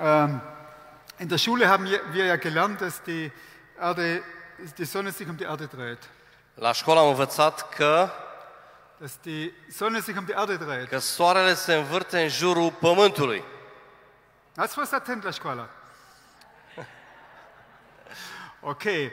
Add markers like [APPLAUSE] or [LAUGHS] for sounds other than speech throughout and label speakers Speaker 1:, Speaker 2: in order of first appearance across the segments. Speaker 1: Ähm, in der Schule haben wir ja gelernt, dass die, Erde, die Sonne sich um die Erde dreht.
Speaker 2: La școală am învățat că,
Speaker 1: Dass die Sonne sich um die Erde dreht.
Speaker 2: că soarele se învârte în jurul pământului.
Speaker 1: Ați fost atent la școală? Okay.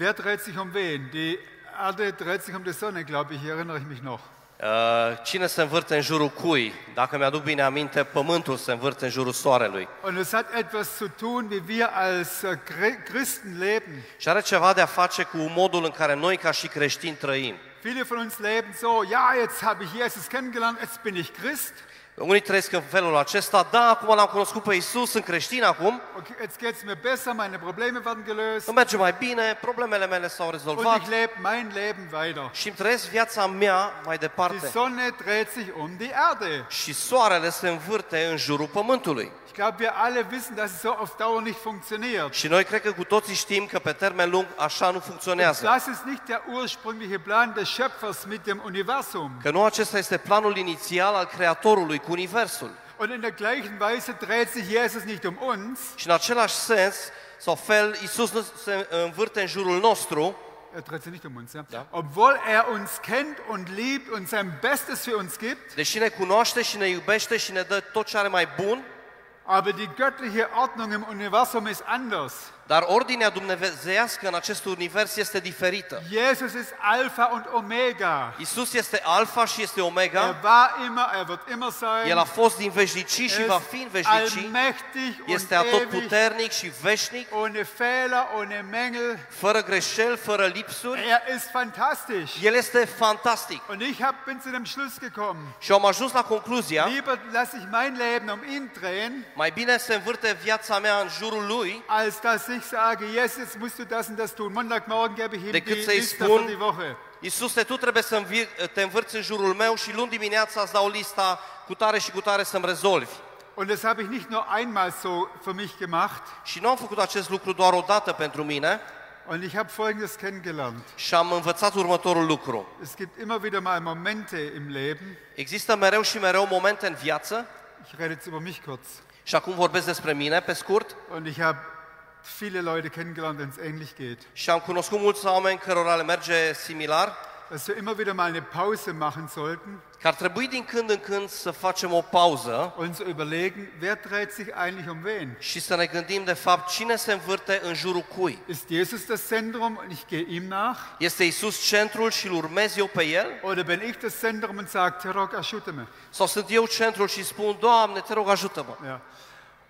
Speaker 1: Wer dreht sich um wen? Die Erde dreht sich um die Sonne, glaube ich, erinnere ich mich noch.
Speaker 2: Uh, Cine se învârte în jurul cui? Dacă mi-aduc bine aminte, pământul se învârte în jurul soarelui.
Speaker 1: Und es hat etwas zu tun, wie wir als äh, Chri- Christen leben.
Speaker 2: Și are ceva de a face cu modul în care noi ca și creștini trăim.
Speaker 1: Viele von uns leben so, ja, jetzt habe ich Jesus kennengelernt, jetzt bin ich Christ.
Speaker 2: Unii trăiesc în felul acesta, da, acum l-am cunoscut pe Isus, sunt creștin acum,
Speaker 1: Okay, jetzt geht es mir besser, meine Probleme werden gelöst
Speaker 2: îmi merge mai bine, problemele mele s-au
Speaker 1: und
Speaker 2: rezolvat
Speaker 1: ich lebe mein Leben weiter.
Speaker 2: și îmi trăiesc viața mea mai
Speaker 1: Die
Speaker 2: departe.
Speaker 1: Sonne dreht sich um die Erde.
Speaker 2: Și soarele se învârte în jurul pământului.
Speaker 1: Ich glaube, wir alle wissen, dass es so auf Dauer nicht funktioniert.
Speaker 2: Și noi cred că cu toții știm că pe termen lung așa nu funcționează.
Speaker 1: Das ist nicht der ursprüngliche Plan des Schöpfers mit dem Universum.
Speaker 2: Că nu acesta este planul inițial al Creatorului cu Universul.
Speaker 1: Und in der gleichen Weise dreht sich Jesus nicht um uns,
Speaker 2: Și în același sens, sau fel, Isus nu se învârte în jurul nostru,
Speaker 1: er dreht sich nicht um uns, ja?
Speaker 2: Ja.
Speaker 1: obwohl er uns kennt und liebt und sein Bestes für uns gibt.
Speaker 2: deși ne cunoaște și ne iubește și ne dă tot ce are mai bun,
Speaker 1: Aber die göttliche Ordnung im Universum ist anders.
Speaker 2: Dar ordinea dumnezeiască în acest univers este diferită.
Speaker 1: Jesus ist Alpha und Omega.
Speaker 2: Isus este alfa și este omega,
Speaker 1: Er war immer, er wird immer
Speaker 2: el
Speaker 1: sein.
Speaker 2: a fost din veșnicii și va
Speaker 1: Er
Speaker 2: fi în
Speaker 1: ist
Speaker 2: veșnicii,
Speaker 1: allmächtig und
Speaker 2: este
Speaker 1: ewig,
Speaker 2: atotputernic și veșnic,
Speaker 1: ohne Fehler, ohne Mängel.
Speaker 2: fără greșeli, fără lipsuri.
Speaker 1: Er ist fantastisch.
Speaker 2: El este fantastic.
Speaker 1: Und ich hab, bin zu dem Schluss gekommen,
Speaker 2: Și am ajuns la concluzia,
Speaker 1: lieber lasse ich mein Leben um ihn drehen,
Speaker 2: mai bine se învârte viața mea în jurul lui
Speaker 1: als dass ich sage, yes, jetzt musst du das und das tun. Montagmorgen gebe ich ihm die
Speaker 2: Der Kitzer ist
Speaker 1: Liste für
Speaker 2: bunt.
Speaker 1: die Woche.
Speaker 2: Iisuse, tu trebuie să învi- te învârți în jurul meu și luni dimineața îți dau lista cu tare și cu tare să-mi rezolvi.
Speaker 1: Und das habe ich nicht nur einmal so für mich gemacht.
Speaker 2: Și nu am făcut acest lucru doar o dată pentru mine
Speaker 1: Und ich habe Folgendes kennengelernt.
Speaker 2: și am învățat următorul lucru.
Speaker 1: Es gibt immer wieder mal Momente im Leben,
Speaker 2: Există mereu și mereu momente în viață,
Speaker 1: ich rede jetzt über mich kurz,
Speaker 2: și acum vorbesc despre mine pe scurt,
Speaker 1: und ich habe viele Leute kennengelernt, denen es ähnlich geht,
Speaker 2: și am cunoscut mulți oameni cărora le merge similar,
Speaker 1: dass wir immer wieder mal eine Pause machen sollten
Speaker 2: că ar trebui din când în când să facem o pauză
Speaker 1: und zu überlegen, wer dreht sich eigentlich um wen?
Speaker 2: și să ne gândim de fapt cine se învârte în jurul cui.
Speaker 1: Ist Jesus das Zentrum und ich gehe ihm nach?
Speaker 2: Este Isus centrul și îl urmez eu pe el?
Speaker 1: Oder bin ich das Zentrum und sage, Terok, erschütte mich?
Speaker 2: Sau sunt eu centrul și spun, Doamne, te rog ajută-mă.
Speaker 1: Ja.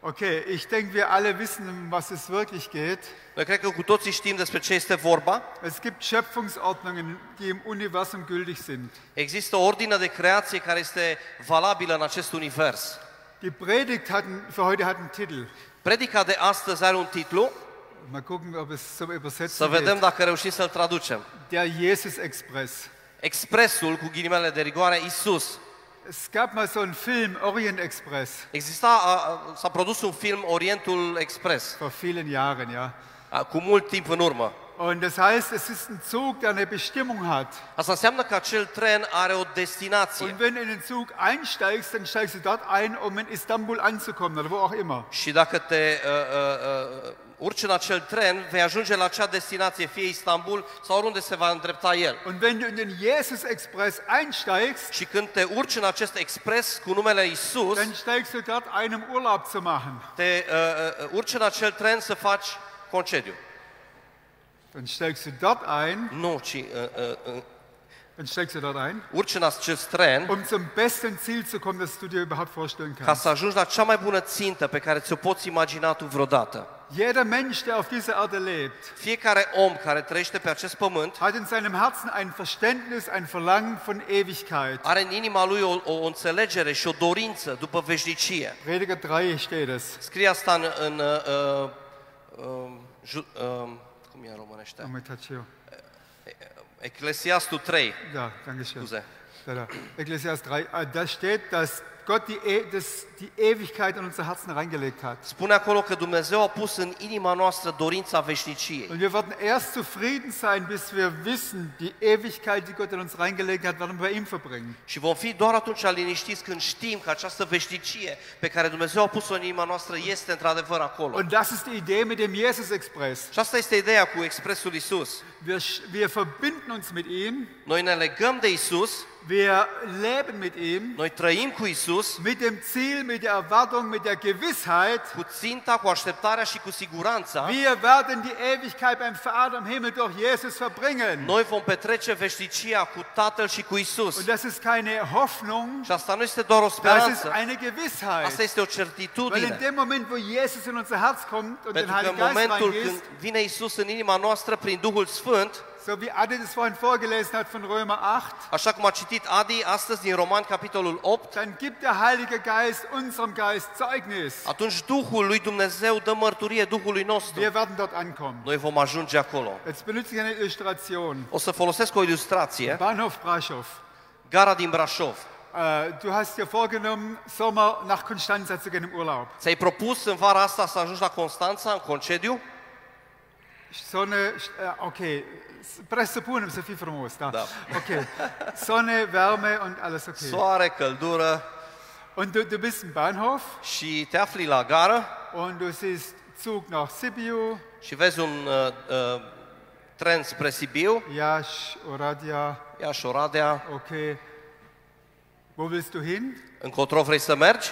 Speaker 1: Okay, ich denke, wir alle wissen, um was es wirklich geht.
Speaker 2: Noi cred că cu toții știm despre ce este vorba.
Speaker 1: Es gibt Schöpfungsordnungen, die im Universum gültig sind.
Speaker 2: Există o ordine de creație care este valabilă în acest univers.
Speaker 1: Die Predigt hatten, für heute hat einen Titel.
Speaker 2: Predica de astăzi are un titlu,
Speaker 1: Mal gucken, ob es zum
Speaker 2: să
Speaker 1: Übersetzen
Speaker 2: vedem
Speaker 1: geht.
Speaker 2: dacă reușim să-l traducem.
Speaker 1: Der Jesus Express.
Speaker 2: Expresul, cu ghilimele de rigoare, Isus.
Speaker 1: Es gab mal so einen Film, Orient Express,
Speaker 2: Exista, a, a- s-a produs un film, Orientul Express,
Speaker 1: vor vielen Jahren, ja.
Speaker 2: a, cu mult timp în urmă.
Speaker 1: Und das heißt, es ist ein Zug, der eine Bestimmung hat.
Speaker 2: Asta înseamnă că acel tren are o destinație.
Speaker 1: Und wenn du in den Zug einsteigst, dann steigst du dort ein, um in Istanbul anzukommen oder wo auch immer.
Speaker 2: Și dacă te uh, uh, uh, urci în acel tren, vei ajunge la acea destinație, fie Istanbul sau oriunde se va îndrepta el.
Speaker 1: Und wenn du in den Jesus Express einsteigst,
Speaker 2: Și când te urci în acest expres cu numele Isus,
Speaker 1: dann steigst du dort ein, um Urlaub zu machen.
Speaker 2: te uh, uh, urci în acel tren să faci concediu.
Speaker 1: Dann steigst du dort ein,
Speaker 2: Nu, ci uh, uh, uh,
Speaker 1: dann steigst du dort ein,
Speaker 2: urci în acest tren
Speaker 1: um zum besten Ziel zu kommen, das du dir überhaupt vorstellen
Speaker 2: ca
Speaker 1: kannst.
Speaker 2: să ajungi la cea mai bună țintă pe care ți-o poți imagina tu vreodată.
Speaker 1: Jeder Mensch, der auf dieser Erde lebt,
Speaker 2: Fiecare om care trăiește pe acest pământ
Speaker 1: hat in seinem Herzen ein Verständnis, ein Verlangen von Ewigkeit.
Speaker 2: are în inima lui o, o înțelegere și o dorință după veșnicie.
Speaker 1: Prediger 3 steht es.
Speaker 2: Scrie asta în... în uh, uh, ju, uh, cum e în românește?
Speaker 1: Moment, hat hier-
Speaker 2: Eclesiastul 3.
Speaker 1: Ja, danke schön.
Speaker 2: Scuze.
Speaker 1: äh, Da, da. Ecclesiastes 3, Ah, da steht, dass Gott die, E- das, die Ewigkeit in unser Herzen reingelegt hat.
Speaker 2: Spune acolo că Dumnezeu a pus în inima noastră dorința veșniciei.
Speaker 1: Und wir werden erst zufrieden sein, bis wir wissen, die Ewigkeit, die Gott in uns reingelegt hat, werden wir bei ihm verbringen.
Speaker 2: Și vom fi doar atunci liniștiți când știm că această veșnicie pe care Dumnezeu a pus-o în inima noastră este într-adevăr acolo.
Speaker 1: Und das ist die Idee mit dem Jesus Express.
Speaker 2: Și asta este ideea cu Expresul Isus.
Speaker 1: Wir, sch- wir verbinden uns mit ihm,
Speaker 2: Noi ne legăm de Isus,
Speaker 1: wir leben mit ihm,
Speaker 2: noi trăim cu Isus,
Speaker 1: mit dem Ziel, mit der Erwartung, mit der Gewissheit,
Speaker 2: cu ținta, cu așteptarea și cu siguranța.
Speaker 1: wir werden die Ewigkeit beim Vater im Himmel durch Jesus verbringen.
Speaker 2: Noi vom petrece veșnicia cu Tatăl și cu Isus.
Speaker 1: Und das ist keine Hoffnung,
Speaker 2: Și asta nu este doar o
Speaker 1: das ist
Speaker 2: speranță,
Speaker 1: eine
Speaker 2: asta
Speaker 1: Gewissheit.
Speaker 2: este o
Speaker 1: Weil in
Speaker 2: certitudine.
Speaker 1: dem Moment, wo Jesus in unser Herz kommt und den
Speaker 2: Pentru că
Speaker 1: Heiligen
Speaker 2: în
Speaker 1: Geist
Speaker 2: momentul
Speaker 1: reingibt,
Speaker 2: când vine Isus în inima noastră prin Duhul Sfânt,
Speaker 1: So wie Adi das vorhin vorgelesen hat von Römer 8,
Speaker 2: așa cum a citit Adi astăzi din Roman capitolul 8,
Speaker 1: dann gibt der Heilige Geist unserem Geist Zeugnis.
Speaker 2: atunci Duhul lui Dumnezeu dă mărturie Duhului nostru.
Speaker 1: Wir werden dort ankommen.
Speaker 2: Noi vom ajunge acolo.
Speaker 1: Jetzt benutze ich eine Illustration.
Speaker 2: O să folosesc o ilustrație.
Speaker 1: Bahnhof Braschow.
Speaker 2: Gara din Brașov.
Speaker 1: Äh, du hast dir vorgenommen, Sommer nach Konstanza zu gehen im Urlaub.
Speaker 2: Ți-ai propus în vara asta să ajungi la Constanța, în concediu?
Speaker 1: Sonne, äh, okay, Pressepun im Sophie Fromos, da.
Speaker 2: Da.
Speaker 1: Okay, Sonne, Wärme und alles okay.
Speaker 2: Soare, căldură
Speaker 1: Und du, du bist im Bahnhof
Speaker 2: și te afli la gară
Speaker 1: und du siehst Zug nach Sibiu,
Speaker 2: și vezi un uh, uh, tren spre Sibiu,
Speaker 1: Jasch, Oradja,
Speaker 2: Iași, Oradea,
Speaker 1: okay. Wo willst du hin?
Speaker 2: încotro vrei să mergi?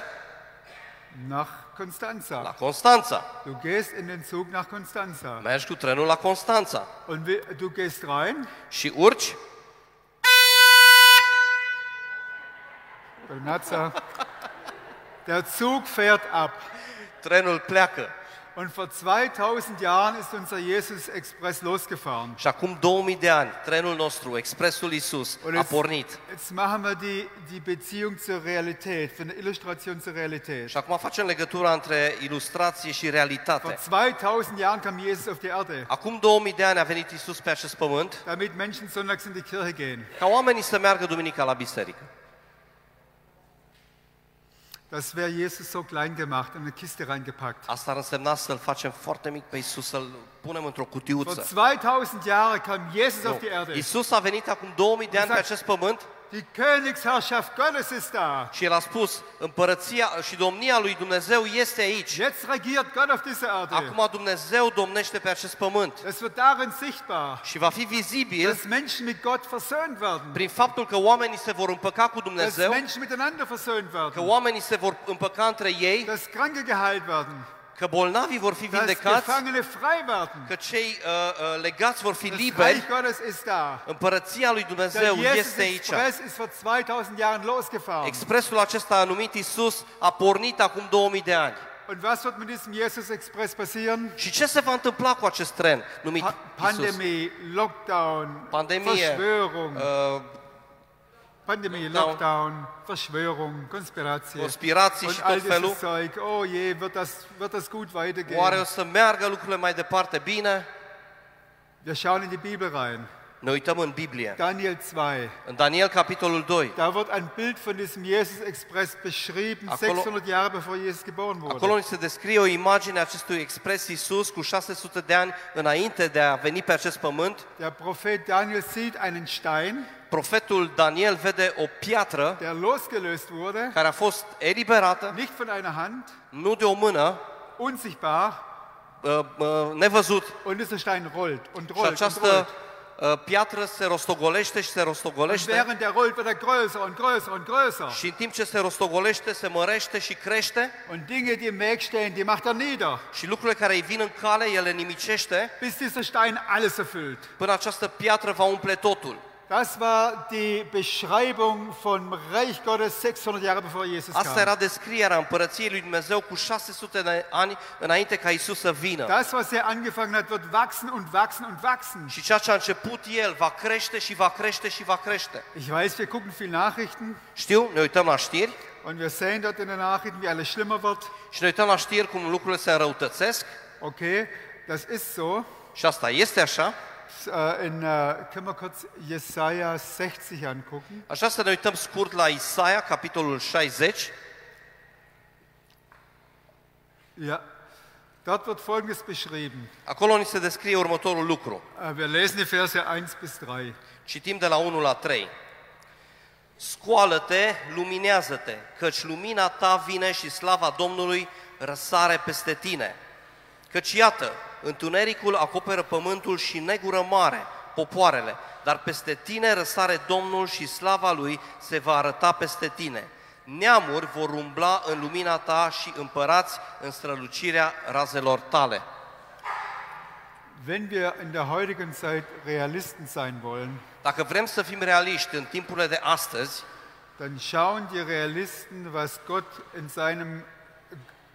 Speaker 1: nach Konstanza.
Speaker 2: La Constanța.
Speaker 1: Du gehst in den Zug nach Konstanza
Speaker 2: Mergi cu trenul la Constanța
Speaker 1: und wi- du gehst rein.
Speaker 2: și urci
Speaker 1: Bonanza. Der Zug fährt ab.
Speaker 2: Trenul pleacă.
Speaker 1: Und vor 2000 Jahren ist unser Jesus Express losgefahren.
Speaker 2: Și acum 2000 de ani, trenul nostru, Expresul Isus,
Speaker 1: Und
Speaker 2: a
Speaker 1: jetzt,
Speaker 2: pornit.
Speaker 1: jetzt machen wir die, die Beziehung zur Realität, von der Illustration zur
Speaker 2: Și
Speaker 1: Realität.
Speaker 2: acum facem legătura între ilustrație și
Speaker 1: Vor
Speaker 2: realitate.
Speaker 1: 2000 Jahren kam Jesus auf die Erde,
Speaker 2: Acum 2000 de ani a venit Isus pe acest pământ
Speaker 1: damit Menschen sonntags in die Kirche gehen.
Speaker 2: ca oamenii să meargă duminica la biserică.
Speaker 1: Das wäre Jesus so klein gemacht, in eine Kiste reingepackt.
Speaker 2: Asta ar însemna să-l facem foarte mic pe Isus, să-l punem într-o
Speaker 1: Vor
Speaker 2: cutiuță.
Speaker 1: 2000 Jahren kam Jesus auf die
Speaker 2: Nu.
Speaker 1: Erde.
Speaker 2: Isus a venit acum 2000 de ani pe
Speaker 1: Exact.
Speaker 2: acest pământ
Speaker 1: Die Königsherrschaft Gottes ist da.
Speaker 2: și el a spus, împărăția și domnia lui Dumnezeu este aici.
Speaker 1: Jetzt regiert Gott auf dieser Erde.
Speaker 2: Acum Dumnezeu domnește pe acest pământ
Speaker 1: Es wird darin sichtbar,
Speaker 2: și va fi vizibil
Speaker 1: dass Menschen mit Gott versöhnt werden,
Speaker 2: prin faptul că oamenii se vor împăca cu
Speaker 1: dass
Speaker 2: Dumnezeu,
Speaker 1: Menschen miteinander versöhnt
Speaker 2: că
Speaker 1: werden,
Speaker 2: oamenii se vor împăca între ei,
Speaker 1: dass Kranke geheilt werden,
Speaker 2: că bolnavii vor fi
Speaker 1: dass
Speaker 2: vindecați,
Speaker 1: Gefangene frei werden.
Speaker 2: că cei uh, uh, legați vor fi
Speaker 1: Das Reich
Speaker 2: liberi.
Speaker 1: Gottes ist da.
Speaker 2: Împărăția lui
Speaker 1: Der
Speaker 2: Dumnezeu
Speaker 1: Jesus
Speaker 2: este aici.
Speaker 1: Express ist vor 2000 Jahren losgefahren.
Speaker 2: Expresul acesta a numit Isus a pornit acum 2000 de ani.
Speaker 1: Und was wird mit diesem Jesus Express passieren?
Speaker 2: Și ce se va întâmpla cu acest tren numit
Speaker 1: Pa
Speaker 2: Isus?
Speaker 1: Pandemie, Lockdown,
Speaker 2: Pandemie,
Speaker 1: Verschwörung.
Speaker 2: Uh,
Speaker 1: Pandemie,
Speaker 2: Lockdown.
Speaker 1: Lockdown, Verschwörung, Konspiration.
Speaker 2: Conspirații și
Speaker 1: Und
Speaker 2: tot
Speaker 1: all dieses
Speaker 2: felul.
Speaker 1: Zeug. Oh je, wird das, wird das gut
Speaker 2: oare o
Speaker 1: weitergehen?
Speaker 2: să meargă lucrurile mai departe bine?
Speaker 1: Wir schauen in die Bibel rein.
Speaker 2: Ne uităm în Biblie.
Speaker 1: Daniel 2.
Speaker 2: În Daniel, capitolul 2.
Speaker 1: Da wird ein Bild von diesem Jesus-Express beschrieben,
Speaker 2: Acolo-
Speaker 1: 600 Jahre bevor Jesus geboren
Speaker 2: Acolo
Speaker 1: wurde.
Speaker 2: ni se descrie o imagine a acestui expres Isus cu 600 de ani înainte de a veni pe acest pământ.
Speaker 1: Der Prophet Daniel sieht einen Stein,
Speaker 2: Profetul Daniel vede o piatră
Speaker 1: der losgelöst wurde,
Speaker 2: care a fost eliberată,
Speaker 1: nicht von einer Hand,
Speaker 2: nu de o mână,
Speaker 1: unsichtbar,
Speaker 2: uh, uh, nevăzut.
Speaker 1: und dieser Stein rollt und
Speaker 2: Și
Speaker 1: rollt und
Speaker 2: această
Speaker 1: rollt.
Speaker 2: uh, piatră se rostogolește și se
Speaker 1: Und
Speaker 2: rostogolește
Speaker 1: während der rollt, wird er größer und größer und größer.
Speaker 2: și în timp ce se rostogolește, se mărește și crește
Speaker 1: Und Dinge, die im Weg stehen, die macht er nieder,
Speaker 2: și lucrurile care îi vin în cale, el le nimicește
Speaker 1: bis dieser Stein alles erfüllt.
Speaker 2: până această piatră va umple totul.
Speaker 1: Das war die Beschreibung vom Reich Gottes 600 Jahre bevor Jesus
Speaker 2: Asta
Speaker 1: kam.
Speaker 2: era descrierea împărăției lui Dumnezeu cu 600 de ani înainte ca Isus să vină.
Speaker 1: Das, was er angefangen hat, wird wachsen und wachsen und wachsen.
Speaker 2: Și ceea ce a început El va crește și va crește și va crește.
Speaker 1: Ich weiß, wir gucken viel Nachrichten
Speaker 2: Știu, ne uităm la știri
Speaker 1: und wir sehen dort in den Nachrichten, wie alles schlimmer wird.
Speaker 2: și ne uităm la știri cum lucrurile se înrăutățesc
Speaker 1: Okay, das ist so.
Speaker 2: și asta este așa.
Speaker 1: Äh, in, äh, können wir kurz Jesaja 60 angucken?
Speaker 2: Așa să ne uităm scurt la Isaia, capitolul 60.
Speaker 1: Ja. Dort wird Folgendes beschrieben.
Speaker 2: Acolo ni se descrie următorul lucru.
Speaker 1: Äh, Wir lesen die Verse 1 bis 3.
Speaker 2: Citim de la 1 la 3. Scoală-te, luminează-te, căci lumina ta vine și slava Domnului răsare peste tine. Căci iată, întunericul acoperă pământul și negură mare popoarele, dar peste tine răsare Domnul și slava lui se va arăta peste tine. Neamuri vor umbla în lumina ta și împărați în strălucirea razelor tale.
Speaker 1: Wenn wir in der heutigen Zeit Realisten sein wollen,
Speaker 2: Dacă vrem să fim realiști în timpurile de astăzi,
Speaker 1: dann schauen die Realisten, was Gott in seinem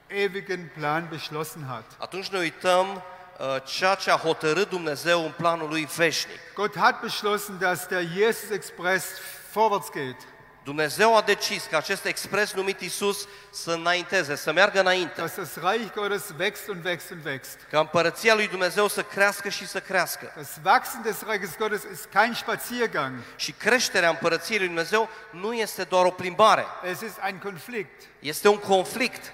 Speaker 1: ewigen Plan beschlossen hat.
Speaker 2: atunci ne uităm uh, ceea ce a hotărât Dumnezeu în planul lui veșnic.
Speaker 1: Gott hat beschlossen, dass der Jesus Express vorwärts geht.
Speaker 2: Dumnezeu a decis că acest expres numit Isus să înainteze, să meargă înainte,
Speaker 1: Dass das Reich Gottes wächst und wächst und wächst.
Speaker 2: ca împărăția lui Dumnezeu să crească și să crească.
Speaker 1: Das Wachsen des Reiches Gottes ist kein Spaziergang,
Speaker 2: Și creșterea împărăției lui Dumnezeu nu este doar o plimbare,
Speaker 1: es ist ein Konflikt.
Speaker 2: este un conflict.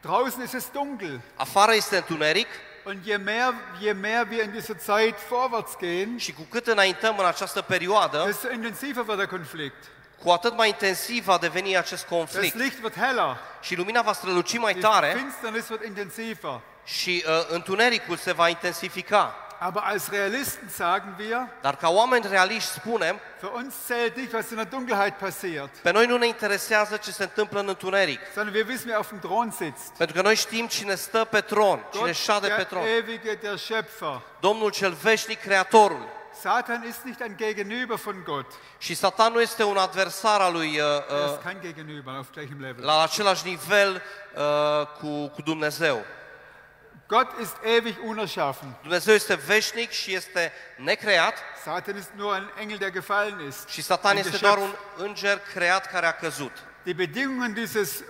Speaker 1: Draußen ist es dunkel
Speaker 2: Afară este întuneric
Speaker 1: und je mehr, je mehr wir in dieser Zeit vorwärts gehen,
Speaker 2: și cu cât înaintăm în această periooadă,
Speaker 1: desto intensiver wird der Konflikt.
Speaker 2: cu atât mai intensiv va deveni acest
Speaker 1: Das
Speaker 2: conflict
Speaker 1: Licht wird heller,
Speaker 2: și lumina va străluci mai
Speaker 1: die
Speaker 2: tare
Speaker 1: Finsternis wird intensiver.
Speaker 2: și uh, întunericul se va intensifica.
Speaker 1: Aber als Realisten sagen wir,
Speaker 2: Dar ca oameni realiști spunem,
Speaker 1: für uns zählt nicht, was in der Dunkelheit passiert,
Speaker 2: pe noi nu ne interesează ce se întâmplă în întuneric,
Speaker 1: sondern wir wissen, wer auf dem Thron sitzt.
Speaker 2: pentru că noi știm cine stă pe tron, cine
Speaker 1: Gott,
Speaker 2: șade pe
Speaker 1: der
Speaker 2: tron.
Speaker 1: Ewige, der Schöpfer.
Speaker 2: Domnul cel veșnic, Creatorul.
Speaker 1: Satan ist nicht ein Gegenüber von Gott.
Speaker 2: Și Satan nu este un adversar al lui uh,
Speaker 1: Er
Speaker 2: uh,
Speaker 1: ist kein Gegenüber auf gleichem Level.
Speaker 2: la același nivel uh, cu, cu Dumnezeu.
Speaker 1: Gott ist ewig unerschaffen.
Speaker 2: Dumnezeu este veșnic și este necreat
Speaker 1: Satan ist nur ein Engel, der gefallen ist.
Speaker 2: și Satan
Speaker 1: În
Speaker 2: este
Speaker 1: deșert.
Speaker 2: doar un înger creat care a căzut.
Speaker 1: Die Bedingungen dieses,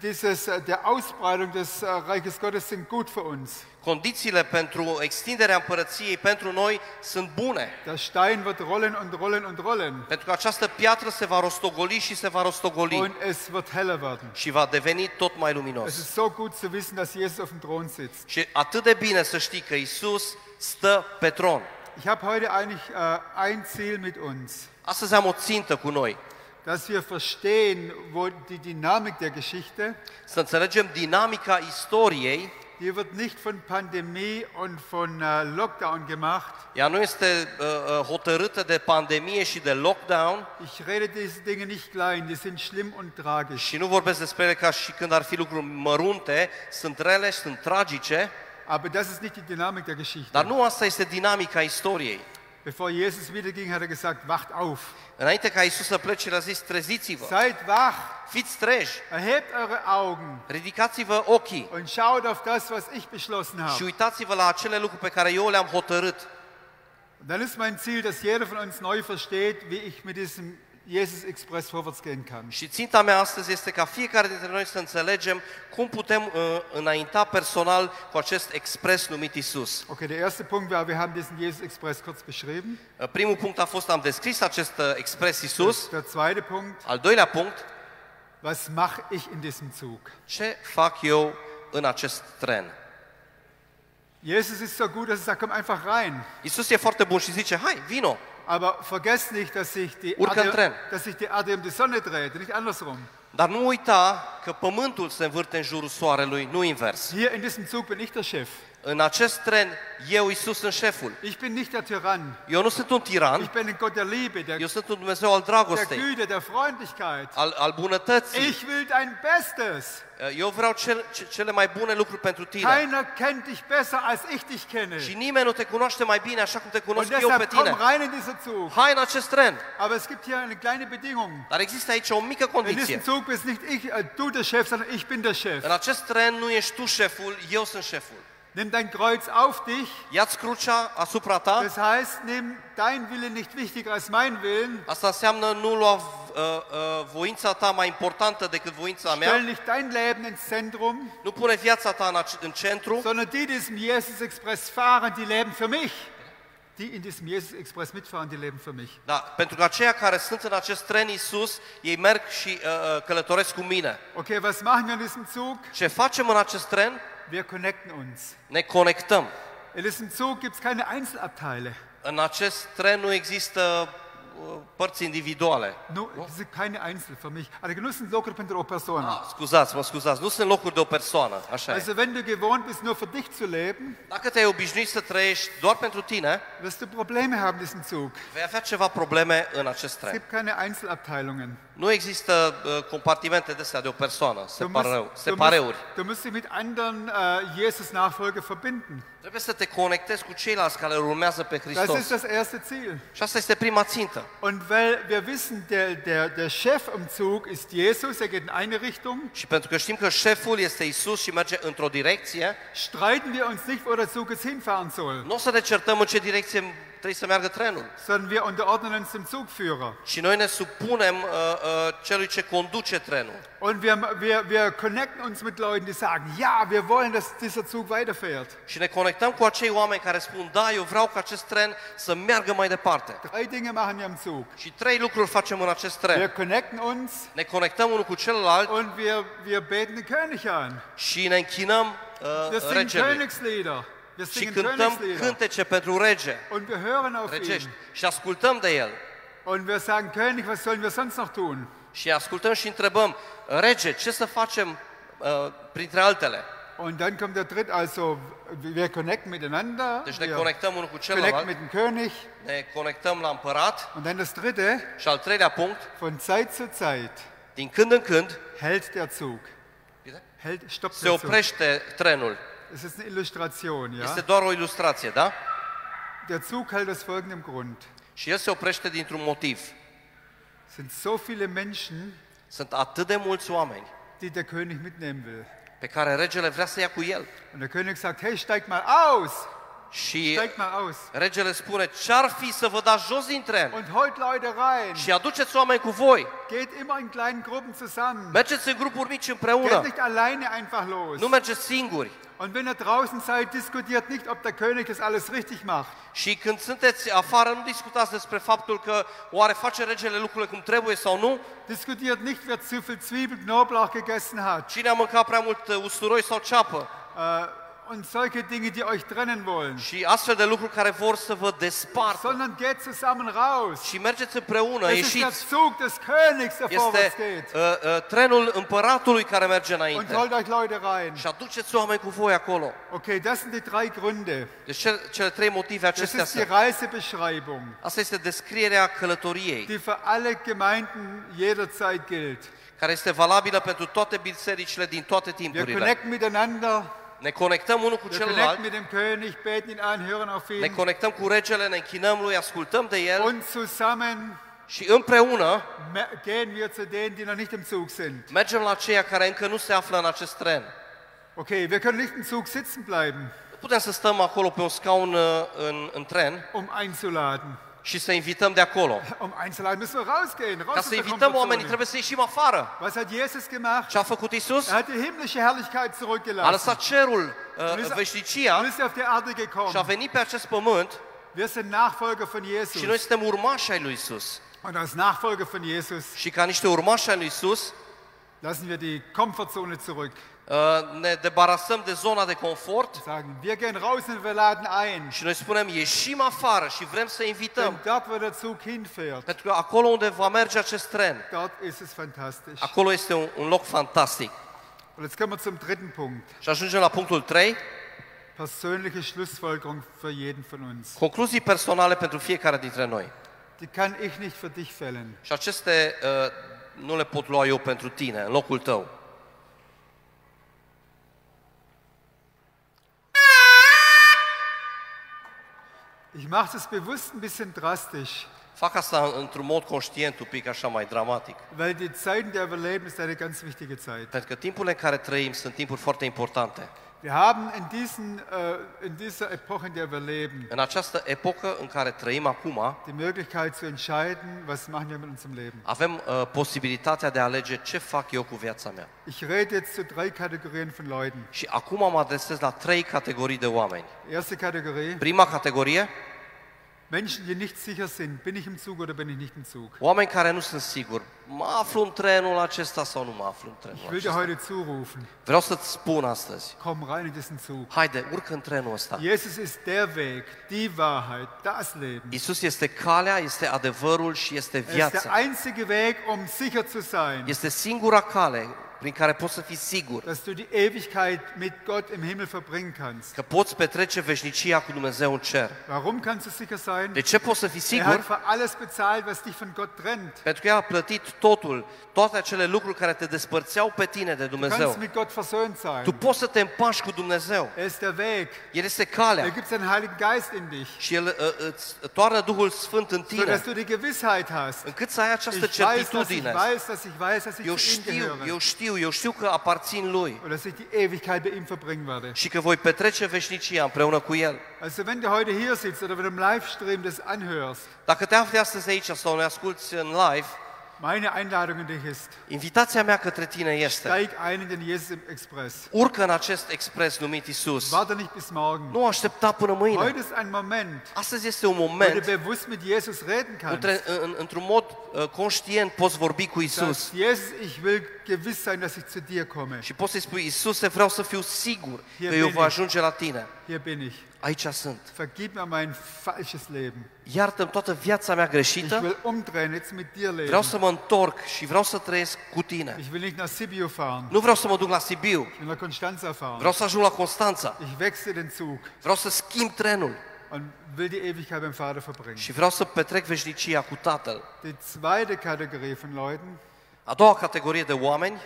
Speaker 1: dieses, äh, der Ausbreitung des äh, Reiches Gottes sind gut für uns.
Speaker 2: Condițiile pentru extinderea împărăției pentru noi sunt bune,
Speaker 1: Der Stein wird rollen und rollen und rollen.
Speaker 2: pentru că această piatră se va rostogoli și se va rostogoli.
Speaker 1: Und es wird heller werden.
Speaker 2: și va deveni tot mai
Speaker 1: Es
Speaker 2: luminos.
Speaker 1: ist so gut zu wissen, dass Jesus auf dem Thron sitzt.
Speaker 2: Și atât de bine să știi că Isus stă pe tron.
Speaker 1: Ich habe heute eigentlich äh, ein Ziel mit uns,
Speaker 2: Astăzi am o țintă cu noi,
Speaker 1: dass wir verstehen, wo die Dynamik der Geschichte,
Speaker 2: să înțelegem dinamica istoriei,
Speaker 1: die wird nicht von Pandemie und von äh, Lockdown gemacht.
Speaker 2: ea nu este uh, uh, hotărâtă de pandemie și de lockdown
Speaker 1: Ich rede diese Dinge nicht klein, die sind schlimm und tragisch.
Speaker 2: și nu vorbesc despre ele ca și când ar fi lucruri mărunte, sunt rele, sunt tragice,
Speaker 1: Aber das ist nicht die Dynamik der Geschichte.
Speaker 2: dar nu asta este dinamica istoriei.
Speaker 1: Bevor Jesus wiederging, hat er gesagt, wacht auf.
Speaker 2: Înainte ca Isus să plece, le-a zis, treziți-vă,
Speaker 1: Seid wach,
Speaker 2: fiți treji,
Speaker 1: erhebt eure Augen
Speaker 2: ridicați-vă ochii
Speaker 1: und schaut auf das, was ich beschlossen
Speaker 2: și
Speaker 1: habe.
Speaker 2: uitați-vă la acele lucruri pe care eu le-am hotărât.
Speaker 1: Und dann ist mein Ziel, dass jeder von uns neu versteht, wie ich mit diesem Jesus Express vorwärts gehen kann.
Speaker 2: Și ținta mea astăzi este ca fiecare dintre noi să înțelegem cum putem uh, înainta personal cu acest expres numit Isus.
Speaker 1: Okay, der erste Punkt war, wir haben diesen Jesus Express kurz beschrieben.
Speaker 2: Uh, primul punct a fost, am descris acest uh, expres Isus.
Speaker 1: Der zweite Punkt,
Speaker 2: Al doilea punct,
Speaker 1: was mache ich in diesem Zug?
Speaker 2: ce fac eu în acest tren?
Speaker 1: Jesus ist so gut, dass er sagt, komm einfach rein.
Speaker 2: Isus e foarte bun și zice, hai, vino,
Speaker 1: Aber vergesst nicht, dass sich die
Speaker 2: Urkan Tren.
Speaker 1: Erde, dass sich die Erde um die Sonne dreht, nicht andersrum.
Speaker 2: dar nu uita că pământul se învârte în jurul soarelui, nu invers.
Speaker 1: Hier in diesem Zug bin ich der Chef.
Speaker 2: În acest tren, eu, Isus, sunt șeful.
Speaker 1: Ich bin nicht der Tyrann.
Speaker 2: Eu nu sunt un
Speaker 1: Ich
Speaker 2: tiran,
Speaker 1: bin ein Gott der Liebe, der,
Speaker 2: eu sunt un Dumnezeu al
Speaker 1: der
Speaker 2: dragostei,
Speaker 1: Güte, der Freundlichkeit.
Speaker 2: al, al bunătății.
Speaker 1: Ich will dein Bestes.
Speaker 2: Uh, Eu vreau cel, ce- cele mai bune lucruri pentru tine.
Speaker 1: Keiner kennt dich besser, als ich dich kenne.
Speaker 2: Și nimeni nu te cunoaște mai bine așa cum te
Speaker 1: Und
Speaker 2: cunosc eu pe
Speaker 1: deshalb komm
Speaker 2: tine.
Speaker 1: rein in diesen Zug.
Speaker 2: Hai în acest tren.
Speaker 1: Aber es gibt hier eine kleine Bedingung.
Speaker 2: Dar există aici o mică
Speaker 1: In diesem
Speaker 2: condiție.
Speaker 1: Zug bist nicht ich, äh, du der Chef, sondern ich bin der Chef.
Speaker 2: În acest tren nu ești tu șeful, eu sunt șeful.
Speaker 1: Nimm dein Kreuz auf dich.
Speaker 2: Ia-ți crucea asupra ta.
Speaker 1: Das heißt, nimm dein Wille nicht wichtiger als mein Willen.
Speaker 2: Asta înseamnă nu lua uh, uh, voința ta mai importantă decât voința
Speaker 1: Stell
Speaker 2: mea.
Speaker 1: nicht dein Leben ins Zentrum,
Speaker 2: Nu pune viața ta în, ac- în centru,
Speaker 1: sondern die, die diesem Jesus Express fahren, die leben für mich. die in diesem Jesus-Express mitfahren, die leben für mich.
Speaker 2: Da, pentru că aceia care sunt în acest tren Iisus, ei merg și uh, uh, călătoresc cu mine.
Speaker 1: Okay, was machen wir in diesem Zug?
Speaker 2: Ce facem în acest tren?
Speaker 1: Wir connecten uns.
Speaker 2: Ne conectăm.
Speaker 1: In diesem Zug gibt es keine Einzelabteile,
Speaker 2: În acest tren nu există uh, părți individuale.
Speaker 1: nur, es sind keine Einzel für mich. Also Genussen Lokal pro Person.
Speaker 2: Ah, Scuzați, mă scuzați, nu sunt locuri de o persoană, așa e.
Speaker 1: Also wenn du gewohnt bist, nur für dich zu leben,
Speaker 2: Dacă te-ai obișnuit să trăiești doar pentru tine,
Speaker 1: wirst du Probleme haben in diesem Zug.
Speaker 2: vei avea ceva probleme în acest
Speaker 1: Es
Speaker 2: tren.
Speaker 1: gibt keine Einzelabteilungen.
Speaker 2: Nu există uh, compartimente de astea de o persoană,
Speaker 1: Du musst,
Speaker 2: separeu,
Speaker 1: du, musst,
Speaker 2: separeuri.
Speaker 1: du musst dich mit anderen äh, Jesus-Nachfolger verbinden.
Speaker 2: Trebuie să te conectezi cu ceilalți care îl urmează pe
Speaker 1: Das
Speaker 2: Hristos.
Speaker 1: ist das erste Ziel.
Speaker 2: Și asta este prima țintă.
Speaker 1: Und weil wir wissen, der, der, der Chef im Zug ist Jesus, er geht in eine Richtung,
Speaker 2: Și pentru că știm că șeful este Isus și merge într-o direcție,
Speaker 1: streiten wir uns nicht, wo der Zug jetzt hinfahren soll,
Speaker 2: nu o să ne certăm în ce direcție trebuie să meargă trenul.
Speaker 1: sondern wir unterordnen uns dem Zugführer.
Speaker 2: Și noi ne supunem uh, uh, celui ce conduce trenul.
Speaker 1: Und wir, wir, wir connecten uns mit Leuten, die sagen, ja, wir wollen, dass dieser Zug weiterfährt.
Speaker 2: Și ne conectăm cu acei oameni care spun, da, eu vreau ca acest tren să meargă mai departe.
Speaker 1: Drei Dinge machen wir im Zug.
Speaker 2: Și trei lucruri facem în acest
Speaker 1: Wir
Speaker 2: tren.
Speaker 1: connecten uns
Speaker 2: Ne conectăm unul cu celălalt
Speaker 1: und wir, wir beten den König an.
Speaker 2: și ne închinăm
Speaker 1: Wir
Speaker 2: uh,
Speaker 1: singen
Speaker 2: regelui.
Speaker 1: Königslieder. Wir
Speaker 2: Și
Speaker 1: singen
Speaker 2: cântăm
Speaker 1: Königslieder.
Speaker 2: cântece pentru rege,
Speaker 1: Und wir hören auf
Speaker 2: regești,
Speaker 1: ihn.
Speaker 2: și ascultăm de el.
Speaker 1: Und wir sagen, König, was sollen wir sonst noch tun?
Speaker 2: Și ascultăm și întrebăm, rege, ce să facem uh, printre altele?
Speaker 1: Und dann kommt der dritte, also wir connecten miteinander,
Speaker 2: Deci ne
Speaker 1: wir
Speaker 2: conectăm unul cu
Speaker 1: connecten
Speaker 2: celălalt,
Speaker 1: mit dem König.
Speaker 2: ne conectăm la împărat
Speaker 1: Und dann das dritte,
Speaker 2: și al treilea punct,
Speaker 1: von Zeit zu Zeit
Speaker 2: din când în când
Speaker 1: hält der Zug. Hält, stoppt
Speaker 2: se
Speaker 1: der Zug.
Speaker 2: oprește trenul.
Speaker 1: Es ist eine Illustration, ja.
Speaker 2: Este doar o ilustrație, da?
Speaker 1: Der Zug hält aus folgendem Grund.
Speaker 2: Și el se oprește dintr-un motiv.
Speaker 1: Es sind so viele Menschen,
Speaker 2: Sunt atât de mulți oameni
Speaker 1: die der König mitnehmen will.
Speaker 2: pe care regele vrea să ia cu el.
Speaker 1: Und der König sagt, hey, steigt mal aus,
Speaker 2: Și
Speaker 1: steigt mal aus.
Speaker 2: regele spune, ce-ar fi să vă dați jos din tren
Speaker 1: Und holt Leute rein.
Speaker 2: și aduceți oameni cu voi.
Speaker 1: Geht immer in kleinen Gruppen zusammen.
Speaker 2: Mergeți în grupuri mici
Speaker 1: Geht
Speaker 2: împreună.
Speaker 1: nicht alleine einfach los.
Speaker 2: Nu mergeți singuri.
Speaker 1: Und wenn ihr draußen seid, diskutiert nicht, ob der König das alles richtig macht.
Speaker 2: Și când sunteți afară, nu discutați despre faptul că oare face regele lucrurile cum trebuie sau nu,
Speaker 1: Diskutiert nicht, wer zu viel Zwiebel, Knoblauch gegessen hat.
Speaker 2: cine a mâncat prea mult uh, usturoi sau ceapă
Speaker 1: Äh, und solche Dinge, die euch trennen wollen.
Speaker 2: și astfel de lucruri care vor să vă despartă.
Speaker 1: Sondern geht zusammen raus.
Speaker 2: Și mergeți împreună,
Speaker 1: Es ist der
Speaker 2: ieșiți.
Speaker 1: Zug des Königs, der
Speaker 2: Este
Speaker 1: vorwärts geht.
Speaker 2: uh, uh, trenul împăratului care merge
Speaker 1: Und
Speaker 2: înainte.
Speaker 1: holt euch Leute rein.
Speaker 2: Și aduceți oameni cu voi acolo.
Speaker 1: Okay, das sind die drei Gründe.
Speaker 2: Deci ce- cele trei motive
Speaker 1: Das
Speaker 2: acestea
Speaker 1: ist die
Speaker 2: sunt.
Speaker 1: Reisebeschreibung,
Speaker 2: Asta este descrierea călătoriei,
Speaker 1: die für alle Gemeinden jederzeit gilt.
Speaker 2: care este valabilă pentru toate bisericile din toate
Speaker 1: Wir
Speaker 2: timpurile.
Speaker 1: connecten miteinander,
Speaker 2: Ne conectăm unul cu
Speaker 1: wir connecten
Speaker 2: celălalt
Speaker 1: mit dem König, beten ihn an, hören auf
Speaker 2: Ne
Speaker 1: ihn.
Speaker 2: conectăm cu regele, ne închinăm lui, ascultăm de el
Speaker 1: Und zusammen
Speaker 2: și împreună
Speaker 1: me- gehen wir zu denen, die noch nicht im Zug sind.
Speaker 2: mergem la aceia care încă nu se află în acest tren.
Speaker 1: Okay, wir können nicht im Zug sitzen bleiben,
Speaker 2: Nu putem să stăm acolo pe un scaun uh, în, în tren
Speaker 1: um einzuladen.
Speaker 2: și să invităm de acolo.
Speaker 1: Um einzuladen müssen wir rausgehen. Raus
Speaker 2: Ca
Speaker 1: aus
Speaker 2: să
Speaker 1: der
Speaker 2: invităm oamenii,
Speaker 1: Komfortzone.
Speaker 2: trebuie să ieșim afară.
Speaker 1: Was hat Jesus gemacht?
Speaker 2: Ce a făcut Isus?
Speaker 1: Er hat die himmlische Herrlichkeit
Speaker 2: A
Speaker 1: zurückgelassen
Speaker 2: lăsat cerul,
Speaker 1: Nu
Speaker 2: uh,
Speaker 1: s-a- und
Speaker 2: veșnicia
Speaker 1: ist auf die Erde
Speaker 2: și a
Speaker 1: gekommen.
Speaker 2: venit pe acest pământ
Speaker 1: Wir sind Nachfolger von
Speaker 2: și noi
Speaker 1: Jesus.
Speaker 2: suntem urmași ai lui Isus.
Speaker 1: Und als Nachfolger von Jesus
Speaker 2: Și ca niște urmași ai lui Isus,
Speaker 1: lassen wir die Komfortzone zurück.
Speaker 2: uh, ne debarasăm de zona de confort
Speaker 1: Sagen, wir gehen raus und wir laden ein.
Speaker 2: și noi spunem ieșim afară și vrem să
Speaker 1: Denn
Speaker 2: invităm.
Speaker 1: dort, wo der Zug hinfährt,
Speaker 2: Pentru că acolo unde va merge acest tren,
Speaker 1: dort ist es fantastisch.
Speaker 2: Acolo este un, un loc fantastic.
Speaker 1: Und jetzt kommen wir zum dritten Punkt.
Speaker 2: Și ajungem la punctul 3,
Speaker 1: Persönliche Schlussfolgerung für jeden von uns.
Speaker 2: concluzii personale pentru fiecare dintre noi.
Speaker 1: Die kann ich nicht für dich fällen.
Speaker 2: Și aceste uh, nu le pot lua eu pentru tine, în locul tău.
Speaker 1: Ich mache das bewusst ein bisschen drastisch,
Speaker 2: Fac asta într-un mod conștient, un pic așa mai dramatic.
Speaker 1: weil die Zeit, in der wir leben, ist eine ganz wichtige Zeit.
Speaker 2: Pentru că timpurile în care trăim sunt timpuri foarte importante.
Speaker 1: Wir haben in, diesen, äh, in dieser Epoche, in der wir leben,
Speaker 2: În această epocă în care trăim acum,
Speaker 1: die Möglichkeit zu entscheiden, was machen wir mit unserem Leben.
Speaker 2: avem uh, posibilitatea de a alege ce fac eu cu viața mea.
Speaker 1: Ich rede jetzt zu drei Kategorien von Leuten.
Speaker 2: Și acum mă adresez la trei categorii de oameni.
Speaker 1: Erste Kategorie,
Speaker 2: Prima categorie,
Speaker 1: Menschen, die nicht sicher sind, bin ich im Zug oder bin ich nicht im Zug?
Speaker 2: Oameni care nu sunt siguri, mă aflu în trenul acesta sau nu mă aflu în trenul
Speaker 1: Ich will
Speaker 2: acesta.
Speaker 1: dir heute zurufen,
Speaker 2: Vreau să-ți spun astăzi,
Speaker 1: komm rein in diesen Zug.
Speaker 2: haide, urcă în trenul ăsta.
Speaker 1: Jesus ist der Weg, die Wahrheit, das Leben.
Speaker 2: Isus este calea, este adevărul și este
Speaker 1: Er ist der
Speaker 2: viața.
Speaker 1: einzige Weg, um sicher zu sein,
Speaker 2: Este singura cale prin care poți să fii sigur
Speaker 1: dass du die Ewigkeit mit Gott im Himmel verbringen kannst.
Speaker 2: că poți petrece veșnicia cu Dumnezeu în cer.
Speaker 1: Warum kannst du sicher sein?
Speaker 2: De ce poți să fii
Speaker 1: Er hat
Speaker 2: sigur?
Speaker 1: für alles bezahlt, was dich von Gott trennt.
Speaker 2: Pentru că El a plătit totul, toate acele lucruri care te despărțeau pe tine de
Speaker 1: Du kannst
Speaker 2: Dumnezeu.
Speaker 1: mit Gott versöhnt sein.
Speaker 2: Tu poți să te împași cu Dumnezeu.
Speaker 1: Er ist der Weg.
Speaker 2: El este
Speaker 1: Er
Speaker 2: calea
Speaker 1: gibt seinen Heiligen Geist in dich,
Speaker 2: și El uh, îți toarnă Duhul Sfânt în
Speaker 1: sodass du
Speaker 2: tine,
Speaker 1: die Gewissheit hast.
Speaker 2: încât să ai această
Speaker 1: Ich weiß, dass ich
Speaker 2: certitudine.
Speaker 1: weiß, dass ich weiß, dass ich
Speaker 2: Eu
Speaker 1: zu ihm
Speaker 2: știu, eu
Speaker 1: gehöre.
Speaker 2: știu, eu știu că aparțin Lui
Speaker 1: Und dass ich die Ewigkeit bei ihm verbringen werde.
Speaker 2: și că voi petrece veșnicia împreună cu El.
Speaker 1: Also wenn du heute hier sitzt oder wenn du im Livestream das anhörst,
Speaker 2: Dacă te afli astăzi aici sau ne asculti în live,
Speaker 1: meine Einladung an dich ist,
Speaker 2: invitația mea către tine este
Speaker 1: steig ein in den Jesus im Express.
Speaker 2: urcă în acest expres numit Isus.
Speaker 1: Warte nicht bis morgen.
Speaker 2: Nu aștepta până mâine.
Speaker 1: Heute ist ein Moment,
Speaker 2: Astăzi este un
Speaker 1: wo du
Speaker 2: moment
Speaker 1: bewusst mit Jesus reden kannst.
Speaker 2: Între, în, într-un mod uh, conștient poți vorbi cu Isus
Speaker 1: Sagst, Jesus, ich will gewiss sein, dass ich zu dir komme.
Speaker 2: și poți să-i spui, Isuse, vreau să fiu sigur
Speaker 1: E
Speaker 2: că eu
Speaker 1: bine.
Speaker 2: voi ajunge la tine.
Speaker 1: Hier bin ich.
Speaker 2: Aici sunt.
Speaker 1: Vergib mir mein falsches Leben.
Speaker 2: Iartă-mi toată viața mea
Speaker 1: Ich
Speaker 2: greșită.
Speaker 1: will umdrehen, jetzt mit dir
Speaker 2: Vreau
Speaker 1: leben.
Speaker 2: să mă întorc și vreau să trăiesc cu tine.
Speaker 1: Ich will nicht nach Sibiu fahren,
Speaker 2: Nu vreau să mă duc la Sibiu.
Speaker 1: ich will nach Konstanza fahren.
Speaker 2: Vreau să ajung la Constanța.
Speaker 1: Ich wechsle den Zug
Speaker 2: Vreau să schimb trenul
Speaker 1: und will die Ewigkeit beim Vater verbringen.
Speaker 2: și vreau să petrec veșnicia cu Tatăl.
Speaker 1: Die zweite Kategorie von Leuten
Speaker 2: A doua categorie de oameni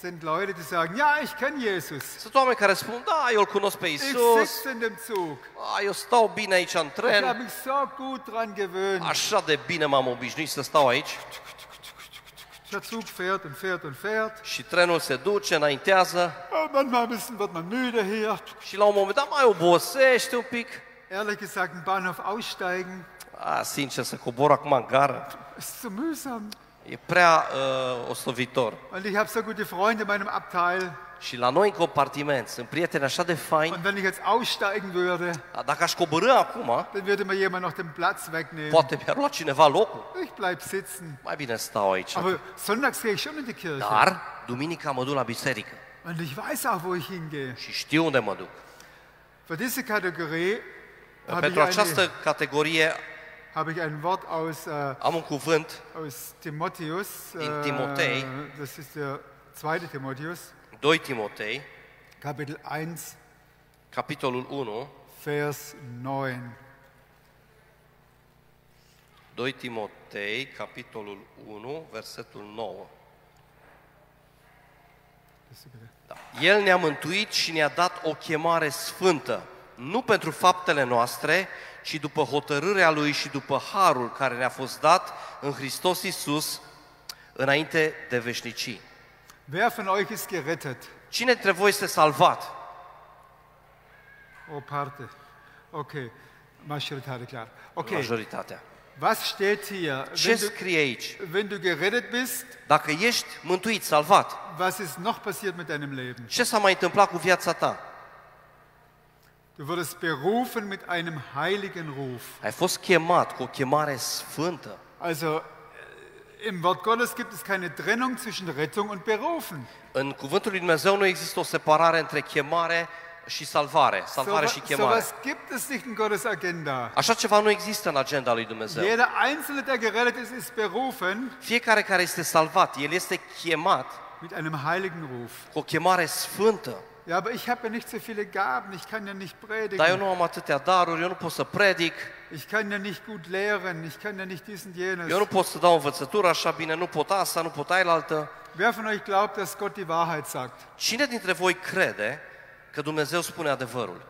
Speaker 1: sind Leute, die sagen, ja, ich kenne Jesus.
Speaker 2: sunt oameni care spun, da, eu îl cunosc pe
Speaker 1: Ich
Speaker 2: Isus,
Speaker 1: sitze in dem Zug.
Speaker 2: a, eu stau bine aici în
Speaker 1: Ich
Speaker 2: tren,
Speaker 1: habe mich so gut dran gewöhnt.
Speaker 2: așa de bine m-am obișnuit să stau aici.
Speaker 1: Der Zug fährt und fährt und fährt.
Speaker 2: Și trenul se duce, înaintează
Speaker 1: Und manchmal ein bisschen wird man müde hier.
Speaker 2: și la un moment dat mai obosește un pic.
Speaker 1: Ehrlich gesagt, im Bahnhof aussteigen
Speaker 2: A, sincer, să cobor acum în gară
Speaker 1: ist zu mühsam.
Speaker 2: e prea uh, ostovitor.
Speaker 1: Und ich habe so gute Freunde in meinem Abteil.
Speaker 2: Și la noi în compartiment sunt prieteni așa de faini.
Speaker 1: Und wenn ich jetzt aussteigen würde,
Speaker 2: A, Dacă aș coborâ acum,
Speaker 1: dann würde mir jemand noch den Platz wegnehmen.
Speaker 2: poate mi-ar lua cineva locul.
Speaker 1: Ich bleib sitzen.
Speaker 2: Mai bine stau aici.
Speaker 1: Aber sonntags gehe ich schon in die Kirche.
Speaker 2: Dar duminica mă duc la biserică
Speaker 1: Und ich weiß auch, wo ich hingehe.
Speaker 2: și știu unde mă duc.
Speaker 1: Für diese Kategorie habe ich,
Speaker 2: Pentru această
Speaker 1: eine,
Speaker 2: categorie
Speaker 1: habe ich ein Wort aus, äh,
Speaker 2: am un cuvânt,
Speaker 1: aus Timotheus. äh,
Speaker 2: In Timotei.
Speaker 1: Das ist der zweite Timotheus,
Speaker 2: 2 Timotei,
Speaker 1: Kapitel 1,
Speaker 2: capitolul 1,
Speaker 1: Vers 9.
Speaker 2: 2 Timotei, capitolul 1, versetul 9. Da. El ne-a mântuit și ne-a dat o chemare sfântă, nu pentru faptele noastre, ci după hotărârea Lui și după harul care ne-a fost dat în Hristos Iisus înainte de veșnicii.
Speaker 1: Wer von euch ist gerettet?
Speaker 2: Cine dintre voi este salvat?
Speaker 1: Oh, Parte. Okay. Majorität, klar. Okay.
Speaker 2: Majoritatea.
Speaker 1: Was steht hier?
Speaker 2: Ce
Speaker 1: Wenn du,
Speaker 2: scrie aici?
Speaker 1: Wenn du gerettet bist,
Speaker 2: Dacă ești mântuit, salvat,
Speaker 1: was ist noch passiert mit deinem Leben?
Speaker 2: ce s-a mai întâmplat cu viața ta?
Speaker 1: Du wurdest berufen mit einem heiligen Ruf.
Speaker 2: Ai fost chemat cu o chemare sfântă.
Speaker 1: Also äh, im Wort Gottes gibt es keine Trennung zwischen Rettung und Berufen.
Speaker 2: În cuvântul lui Dumnezeu nu există o separare între chemare și salvare, salvare
Speaker 1: Sowas
Speaker 2: și chemare.
Speaker 1: so gibt es nicht in Gottes Agenda.
Speaker 2: Așa ceva nu există în agenda lui Dumnezeu.
Speaker 1: Jeder Einzelne, der gerettet ist, ist berufen
Speaker 2: Fiecare care este salvat, el este chemat
Speaker 1: mit einem heiligen Ruf.
Speaker 2: cu o chemare sfântă.
Speaker 1: Ja, aber ich habe ja nicht so viele Gaben, ich kann ja nicht
Speaker 2: Dar eu
Speaker 1: predigen,
Speaker 2: nu am atâtea daruri, eu nu pot să predic,
Speaker 1: ich kann ja nicht gut lehren, ich kann ja nicht dies und jenes.
Speaker 2: eu nu pot să dau învățătură așa bine, nu pot asta, nu pot ailaltă.
Speaker 1: Wer von euch glaubt, dass Gott die Wahrheit sagt?
Speaker 2: Cine dintre voi crede că Dumnezeu spune adevărul?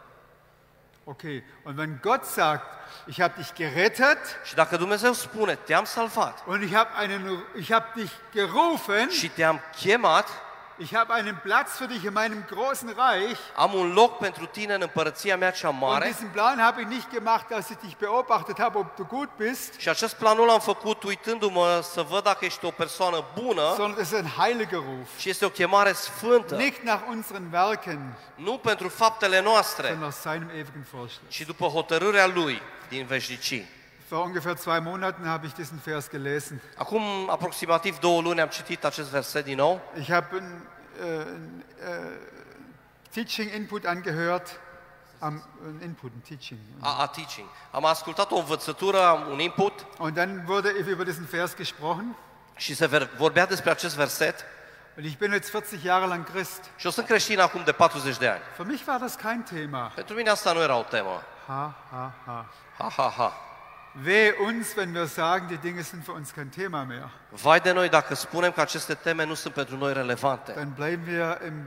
Speaker 1: Okay, und wenn Gott sagt, ich habe dich gerettet
Speaker 2: Și dacă Dumnezeu spune, te-am salvat
Speaker 1: und ich habe einen, ich habe dich gerufen,
Speaker 2: și te-am chemat,
Speaker 1: ich habe einen Platz für dich in meinem großen Reich
Speaker 2: am un loc pentru tine în împărăția mea cea
Speaker 1: und
Speaker 2: mare
Speaker 1: diesen Plan habe ich nicht gemacht, dass ich dich beobachtet habe, ob du gut bist,
Speaker 2: și acest plan nu l-am făcut uitându-mă să văd dacă ești o persoană bună,
Speaker 1: sondern es ist ein heiliger Ruf.
Speaker 2: ci este o chemare sfântă,
Speaker 1: Nicht nach unseren Werken,
Speaker 2: nu pentru faptele noastre,
Speaker 1: sondern nach seinem ewigen Vorschlag.
Speaker 2: ci după hotărârea Lui din veșnicii.
Speaker 1: Vor ungefähr zwei Monaten habe ich diesen Vers gelesen.
Speaker 2: Acum aproximativ două luni am citit acest verset din nou.
Speaker 1: Ich habe ein, äh, ein äh, Teaching Input angehört. Am, ein Input, ein Teaching.
Speaker 2: A, a teaching. Am ascultat o învățătură, am un input
Speaker 1: Und dann wurde über diesen Vers gesprochen.
Speaker 2: și se ver- vorbea despre acest verset.
Speaker 1: Und ich bin jetzt 40 Jahre lang Christ.
Speaker 2: Și eu sunt creștin acum de 40 de ani.
Speaker 1: Für mich war das kein Thema.
Speaker 2: Pentru mine asta nu era o temă.
Speaker 1: Ha, ha, ha.
Speaker 2: Ha, ha, ha.
Speaker 1: Weh uns, wenn wir sagen, die Dinge sind für uns kein Thema mehr.
Speaker 2: Vai de noi dacă spunem că aceste teme nu sunt pentru noi relevante.
Speaker 1: Dann bleiben wir im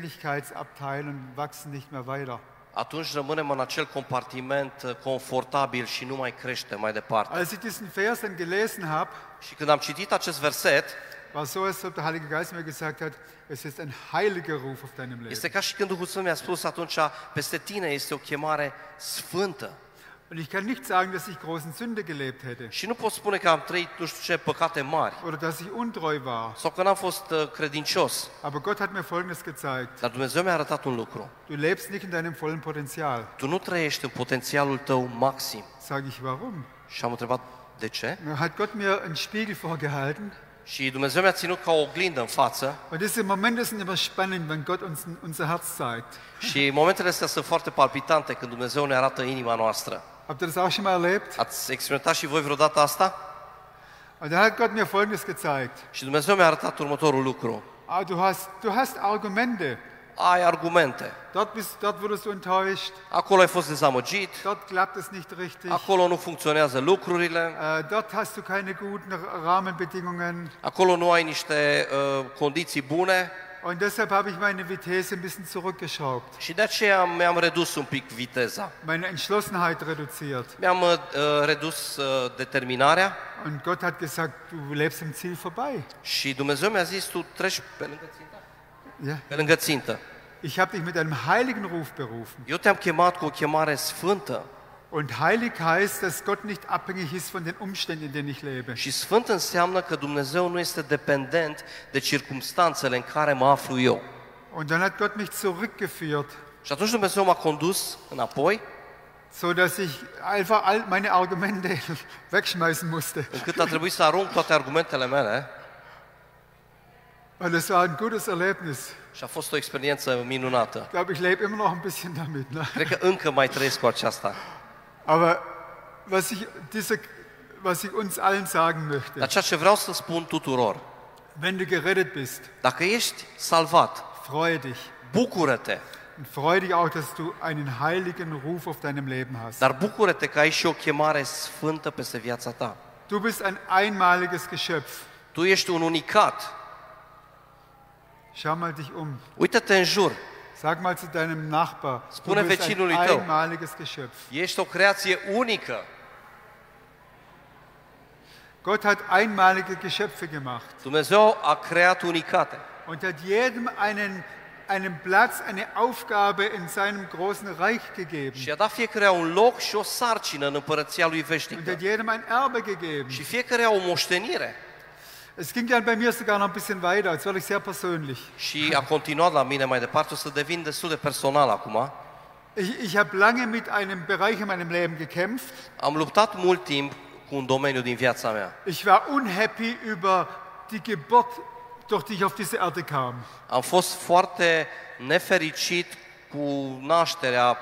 Speaker 1: Bequemlichkeitsabteil und wachsen nicht mehr weiter.
Speaker 2: Atunci rămânem în acel compartiment uh, confortabil și nu mai creștem mai departe.
Speaker 1: Als ich diesen Vers dann gelesen habe,
Speaker 2: Și când am citit acest verset,
Speaker 1: war so, als ob der Heilige Geist mir gesagt hat, es ist ein heiliger Ruf auf deinem Leben.
Speaker 2: este ca și când Duhul Sfânt mi-a spus atunci, peste tine este o chemare sfântă.
Speaker 1: Und ich kann nicht sagen, dass ich großen Sünde gelebt hätte
Speaker 2: Și nu pot spune că am trăit nu știu ce păcate mari
Speaker 1: oder dass ich untreu war.
Speaker 2: sau că n-am fost uh, credincios,
Speaker 1: Aber Gott hat mir Folgendes gezeigt.
Speaker 2: dar Dumnezeu mi-a arătat un lucru.
Speaker 1: Du lebst nicht in deinem vollen Potenzial.
Speaker 2: Tu nu trăiești în potențialul tău maxim.
Speaker 1: Sage ich, warum?
Speaker 2: Și am întrebat, de ce?
Speaker 1: Dann hat Gott mir einen Spiegel vorgehalten.
Speaker 2: Și Dumnezeu mi-a ținut ca o oglindă în față
Speaker 1: Und diese Momente sind immer spannend, wenn Gott uns unser Herz zeigt.
Speaker 2: și momentele astea sunt foarte palpitante când Dumnezeu ne arată inima noastră.
Speaker 1: Habt ihr das auch schon mal erlebt?
Speaker 2: Ați experimentat și voi vreodată asta?
Speaker 1: Und dann hat Gott mir Folgendes gezeigt.
Speaker 2: Și Dumnezeu mi-a arătat următorul lucru.
Speaker 1: Ah, du, hast, du hast Argumente.
Speaker 2: Ai argumente.
Speaker 1: Dort, bist, dort wurdest du enttäuscht,
Speaker 2: Acolo ai fost dezamăgit,
Speaker 1: dort klappt es nicht richtig,
Speaker 2: acolo nu funcționează lucrurile,
Speaker 1: äh, dort hast du keine guten Ra- Rahmenbedingungen.
Speaker 2: acolo nu ai niște uh, condiții bune
Speaker 1: Und deshalb habe ich meine Vitesse ein bisschen zurückgeschraubt,
Speaker 2: și de aceea mi-am redus un pic viteza.
Speaker 1: meine Entschlossenheit reduziert.
Speaker 2: Mi-am uh, redus uh, determinarea
Speaker 1: Und Gott hat gesagt, du lebst am Ziel vorbei.
Speaker 2: și Dumnezeu mi-a zis, tu treci pe lângă țintă.
Speaker 1: Ja.
Speaker 2: Pe lângă țintă.
Speaker 1: Ich habe dich mit einem heiligen Ruf berufen.
Speaker 2: Eu te-am chemat cu o chemare sfântă
Speaker 1: Und heilig heißt, dass Gott nicht abhängig ist von den Umständen, in denen ich lebe.
Speaker 2: și sfânt înseamnă că Dumnezeu nu este dependent de circumstanțele în care mă aflu eu.
Speaker 1: Und dann hat Gott mich zurückgeführt,
Speaker 2: Și atunci Dumnezeu m-a condus înapoi,
Speaker 1: so dass ich einfach all meine Argumente [LAUGHS] wegschmeißen musste.
Speaker 2: încât a trebuit să arunc toate argumentele mele
Speaker 1: Und es war ein gutes Erlebnis.
Speaker 2: și a fost o experiență minunată.
Speaker 1: Ich glaube, ich lebe immer noch ein bisschen damit. Ne?
Speaker 2: Cred că încă mai trăiesc cu aceasta.
Speaker 1: Aber was ich, diese, was ich uns allen sagen möchte,
Speaker 2: Dar ceea ce vreau să spun tuturor,
Speaker 1: wenn du gerettet bist,
Speaker 2: dacă ești salvat,
Speaker 1: freue dich.
Speaker 2: bucură-te,
Speaker 1: Und freue dich auch, dass du einen heiligen Ruf auf deinem Leben hast.
Speaker 2: dar bucură-te că ai și o chemare sfântă peste viața ta.
Speaker 1: Du bist ein einmaliges Geschöpf.
Speaker 2: Tu ești un unicat.
Speaker 1: Schau mal dich um.
Speaker 2: Uită-te în jur.
Speaker 1: Sag mal zu deinem Nachbar, du
Speaker 2: Spune
Speaker 1: bist ein
Speaker 2: vecinului tău.
Speaker 1: einmaliges Geschöpf.
Speaker 2: Ești o creație unică.
Speaker 1: Gott hat einmalige Geschöpfe gemacht
Speaker 2: Dumnezeu a creat unicate
Speaker 1: und hat jedem einen, einen Platz, eine Aufgabe in seinem großen Reich gegeben.
Speaker 2: și a dat fiecăruia un loc și o sarcină în împărăția lui
Speaker 1: Und
Speaker 2: veșnică.
Speaker 1: hat jedem ein Erbe gegeben.
Speaker 2: Și fiecăruia o moștenire.
Speaker 1: Es ging dann bei mir sogar noch ein bisschen weiter, jetzt werde ich sehr persönlich.
Speaker 2: Și a continuat la mine mai departe, o să devin destul de personal acum.
Speaker 1: Ich, ich habe lange mit einem Bereich in meinem Leben gekämpft.
Speaker 2: Am luptat mult timp cu un domeniu din viața mea.
Speaker 1: Ich war unhappy über die Geburt, durch die ich auf diese Erde kam.
Speaker 2: Am fost foarte nefericit cu nașterea,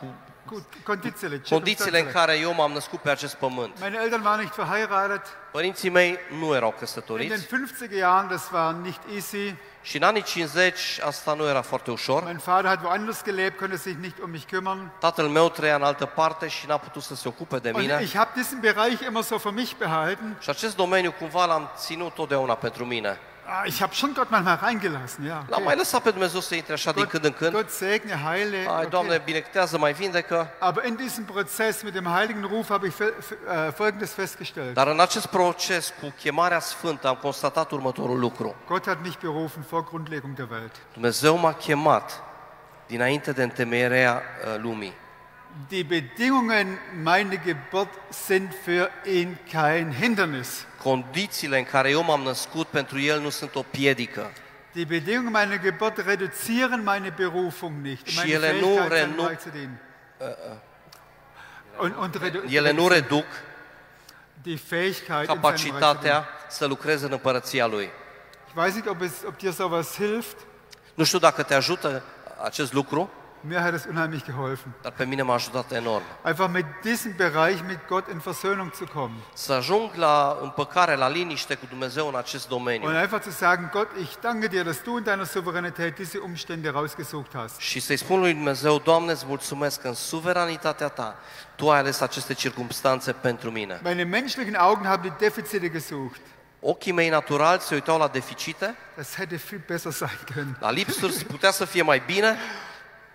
Speaker 2: cu
Speaker 1: Gut, Konditionelle.
Speaker 2: condițiile
Speaker 1: Circumstanțele.
Speaker 2: în care eu m-am născut pe acest pământ.
Speaker 1: Meine Eltern waren nicht verheiratet.
Speaker 2: Părinții mei nu erau
Speaker 1: In den
Speaker 2: căsătoriți
Speaker 1: 50er Jahren, das war nicht easy.
Speaker 2: și în anii 50 asta nu era foarte ușor.
Speaker 1: Mein Vater hat woanders gelebt, konnte sich nicht um mich kümmern.
Speaker 2: Tatăl meu trăia în altă parte și n-a putut să se ocupe de
Speaker 1: Und
Speaker 2: mine.
Speaker 1: ich habe diesen Bereich immer so für mich behalten.
Speaker 2: Și acest domeniu cumva l-am ținut totdeauna pentru mine.
Speaker 1: Ah, Ich habe schon Gott manchmal reingelassen, ja.
Speaker 2: L-am mai lăsat pe Dumnezeu să intre așa din
Speaker 1: Gott,
Speaker 2: când în când.
Speaker 1: Gott segne, heile.
Speaker 2: Ai, Doamne,
Speaker 1: Okay.
Speaker 2: binectează, mai vindecă.
Speaker 1: Aber in diesem Prozess mit dem heiligen Ruf habe ich fe- fe- äh, Folgendes festgestellt.
Speaker 2: Dar în acest proces cu chemarea sfântă am constatat următorul lucru.
Speaker 1: Gott hat mich berufen vor Grundlegung der Welt.
Speaker 2: Dumnezeu m-a chemat dinainte de întemeierea uh, lumii.
Speaker 1: Die Bedingungen meiner Geburt sind für ihn kein Hindernis.
Speaker 2: Condițiile în care eu m-am născut pentru El nu sunt o piedică.
Speaker 1: Die Bedingungen meiner Geburt reduzieren meine Berufung nicht. und Meine
Speaker 2: Schiele nu
Speaker 1: Fähigkeit, seinem
Speaker 2: renu-
Speaker 1: Reich zu dienen. Und, und redu
Speaker 2: Ele nu reduc
Speaker 1: die Fähigkeit, in seinem Reich zu
Speaker 2: capacitatea
Speaker 1: dienen.
Speaker 2: să lucrezi în împărăția Lui.
Speaker 1: Ich weiß nicht, ob, es, ob dir sowas hilft.
Speaker 2: Nu știu dacă te ajută acest lucru,
Speaker 1: Mir hat es unheimlich geholfen.
Speaker 2: dar pe mine m-a ajutat enorm.
Speaker 1: Einfach mit diesem Bereich mit Gott in Versöhnung zu kommen.
Speaker 2: Să ajung la împăcare, la liniște cu Dumnezeu în acest domeniu.
Speaker 1: Und einfach zu sagen, Gott, ich danke dir, dass du in deiner Souveränität diese Umstände rausgesucht hast.
Speaker 2: Și să-i spun lui Dumnezeu, Doamne, îți mulțumesc că în suveranitatea Ta, Tu ai ales aceste circumstanțe pentru mine.
Speaker 1: Meine menschlichen Augen haben die Defizite gesucht.
Speaker 2: Ochii mei naturali se uitau la deficite,
Speaker 1: Das hätte viel besser sein können.
Speaker 2: la lipsuri, putea să fie mai bine,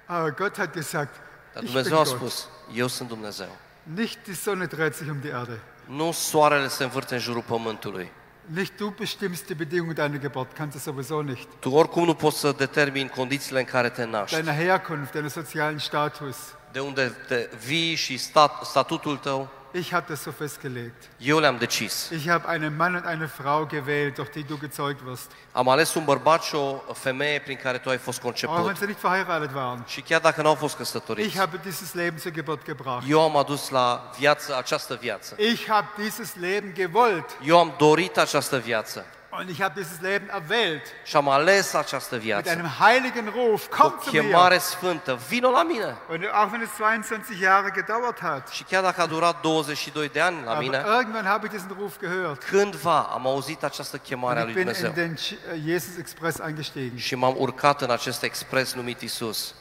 Speaker 1: Aber Gott hat gesagt,
Speaker 2: dar
Speaker 1: ich bin
Speaker 2: Dumnezeu a
Speaker 1: Gott.
Speaker 2: spus, eu sunt Dumnezeu.
Speaker 1: Nicht die Sonne dreht sich um die Erde.
Speaker 2: Nu soarele se învârte în jurul pământului.
Speaker 1: Nicht du bestimmst die Bedingungen deiner Geburt, kannst du sowieso nicht.
Speaker 2: Tu oricum nu poți să determini condițiile în care te naști,
Speaker 1: Deiner Herkunft, deiner sozialen Status.
Speaker 2: de unde te vii și stat, statutul tău.
Speaker 1: Ich habe das so festgelegt.
Speaker 2: Eu le-am decis.
Speaker 1: Ich habe einen Mann und eine Frau gewählt, durch die du gezeugt wirst.
Speaker 2: Am ales un bărbat și o femeie prin care tu ai fost
Speaker 1: Auch wenn
Speaker 2: conceput.
Speaker 1: sie nicht verheiratet waren.
Speaker 2: Și chiar dacă n-au fost căsătoriți,
Speaker 1: Ich habe dieses Leben zur Geburt gebracht.
Speaker 2: Eu am adus la viață această viață.
Speaker 1: Ich habe dieses Leben gewollt
Speaker 2: Eu am dorit această viață
Speaker 1: und ich habe dieses Leben erwählt.
Speaker 2: și am ales această
Speaker 1: Mit
Speaker 2: viață.
Speaker 1: einem heiligen Ruf,
Speaker 2: Cu O
Speaker 1: komm zu mir.
Speaker 2: chemare sfântă, vino la mine!
Speaker 1: Und auch wenn es 22 Jahre gedauert hat,
Speaker 2: Și chiar dacă a durat 22 de ani la
Speaker 1: aber
Speaker 2: mine,
Speaker 1: irgendwann habe ich diesen Ruf gehört.
Speaker 2: cândva am auzit această chemare a
Speaker 1: Und
Speaker 2: lui
Speaker 1: ich bin in
Speaker 2: Dumnezeu
Speaker 1: den Ch- äh, Jesus Express eingestiegen.
Speaker 2: și m-am urcat în acest expres numit Isus.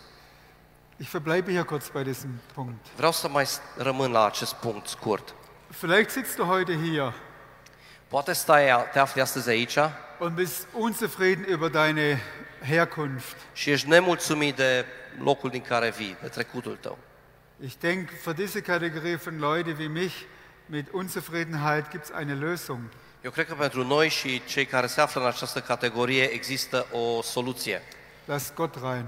Speaker 1: Ich verbleibe hier kurz bei diesem Punkt.
Speaker 2: Vreau să mai s- rămân la acest punct scurt.
Speaker 1: Vielleicht sitzt du heute hier
Speaker 2: Poate stai, te afli astăzi aici
Speaker 1: und bist unzufrieden über deine Herkunft.
Speaker 2: și ești nemulțumit de locul din care vii, de trecutul tău.
Speaker 1: Ich denke, für diese Kategorie von Leuten wie mich mit Unzufriedenheit gibt es eine Lösung.
Speaker 2: Eu cred că pentru noi și cei care se află în această categorie există o soluție.
Speaker 1: Lass Gott rein.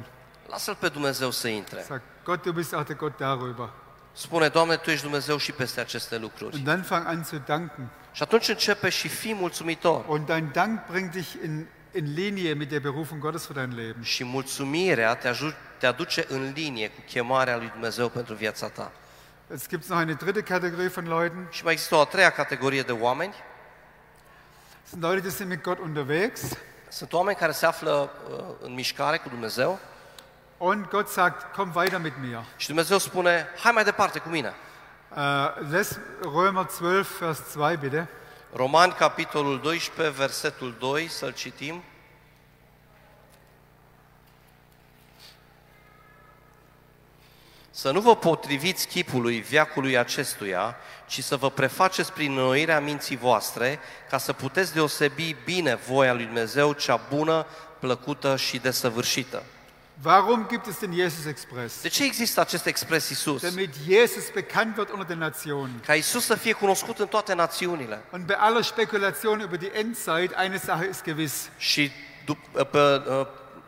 Speaker 2: Lasă-L pe Dumnezeu să intre.
Speaker 1: Sag Gott, du bist auch der Gott darüber.
Speaker 2: Spune, Doamne, Tu ești Dumnezeu și peste aceste lucruri.
Speaker 1: Und dann fang an zu danken.
Speaker 2: Și atunci începe și fii mulțumitor.
Speaker 1: Und dein Dank bringt dich in, in Linie mit der Berufung Gottes für dein Leben.
Speaker 2: Și mulțumirea te, aju- te aduce în linie cu chemarea lui Dumnezeu pentru viața ta.
Speaker 1: Jetzt gibt es noch eine dritte Kategorie von Leuten.
Speaker 2: Și mai există o a treia categorie de oameni.
Speaker 1: Das sind Leute, die sind mit Gott unterwegs.
Speaker 2: Sunt oameni care se află uh, în mișcare cu Dumnezeu
Speaker 1: Und Gott sagt, komm weiter mit mir.
Speaker 2: și Dumnezeu spune, hai mai departe cu mine.
Speaker 1: Äh, les Römer 12, Vers 2 bitte.
Speaker 2: Roman, capitolul 12, versetul 2, să-l citim. Să nu vă potriviți chipului viacului acestuia, ci să vă prefaceți prin înnoirea minții voastre, ca să puteți deosebi bine voia lui Dumnezeu, cea bună, plăcută și desăvârșită.
Speaker 1: Warum gibt es den Jesus Express?
Speaker 2: De ce există acest expres Isus?
Speaker 1: Damit Jesus bekannt wird unter den Nationen.
Speaker 2: Ca Isus să fie cunoscut în toate națiunile.
Speaker 1: Und bei aller Spekulation über die Endzeit, eine Sache ist gewiss.
Speaker 2: Și dup- ă, pe,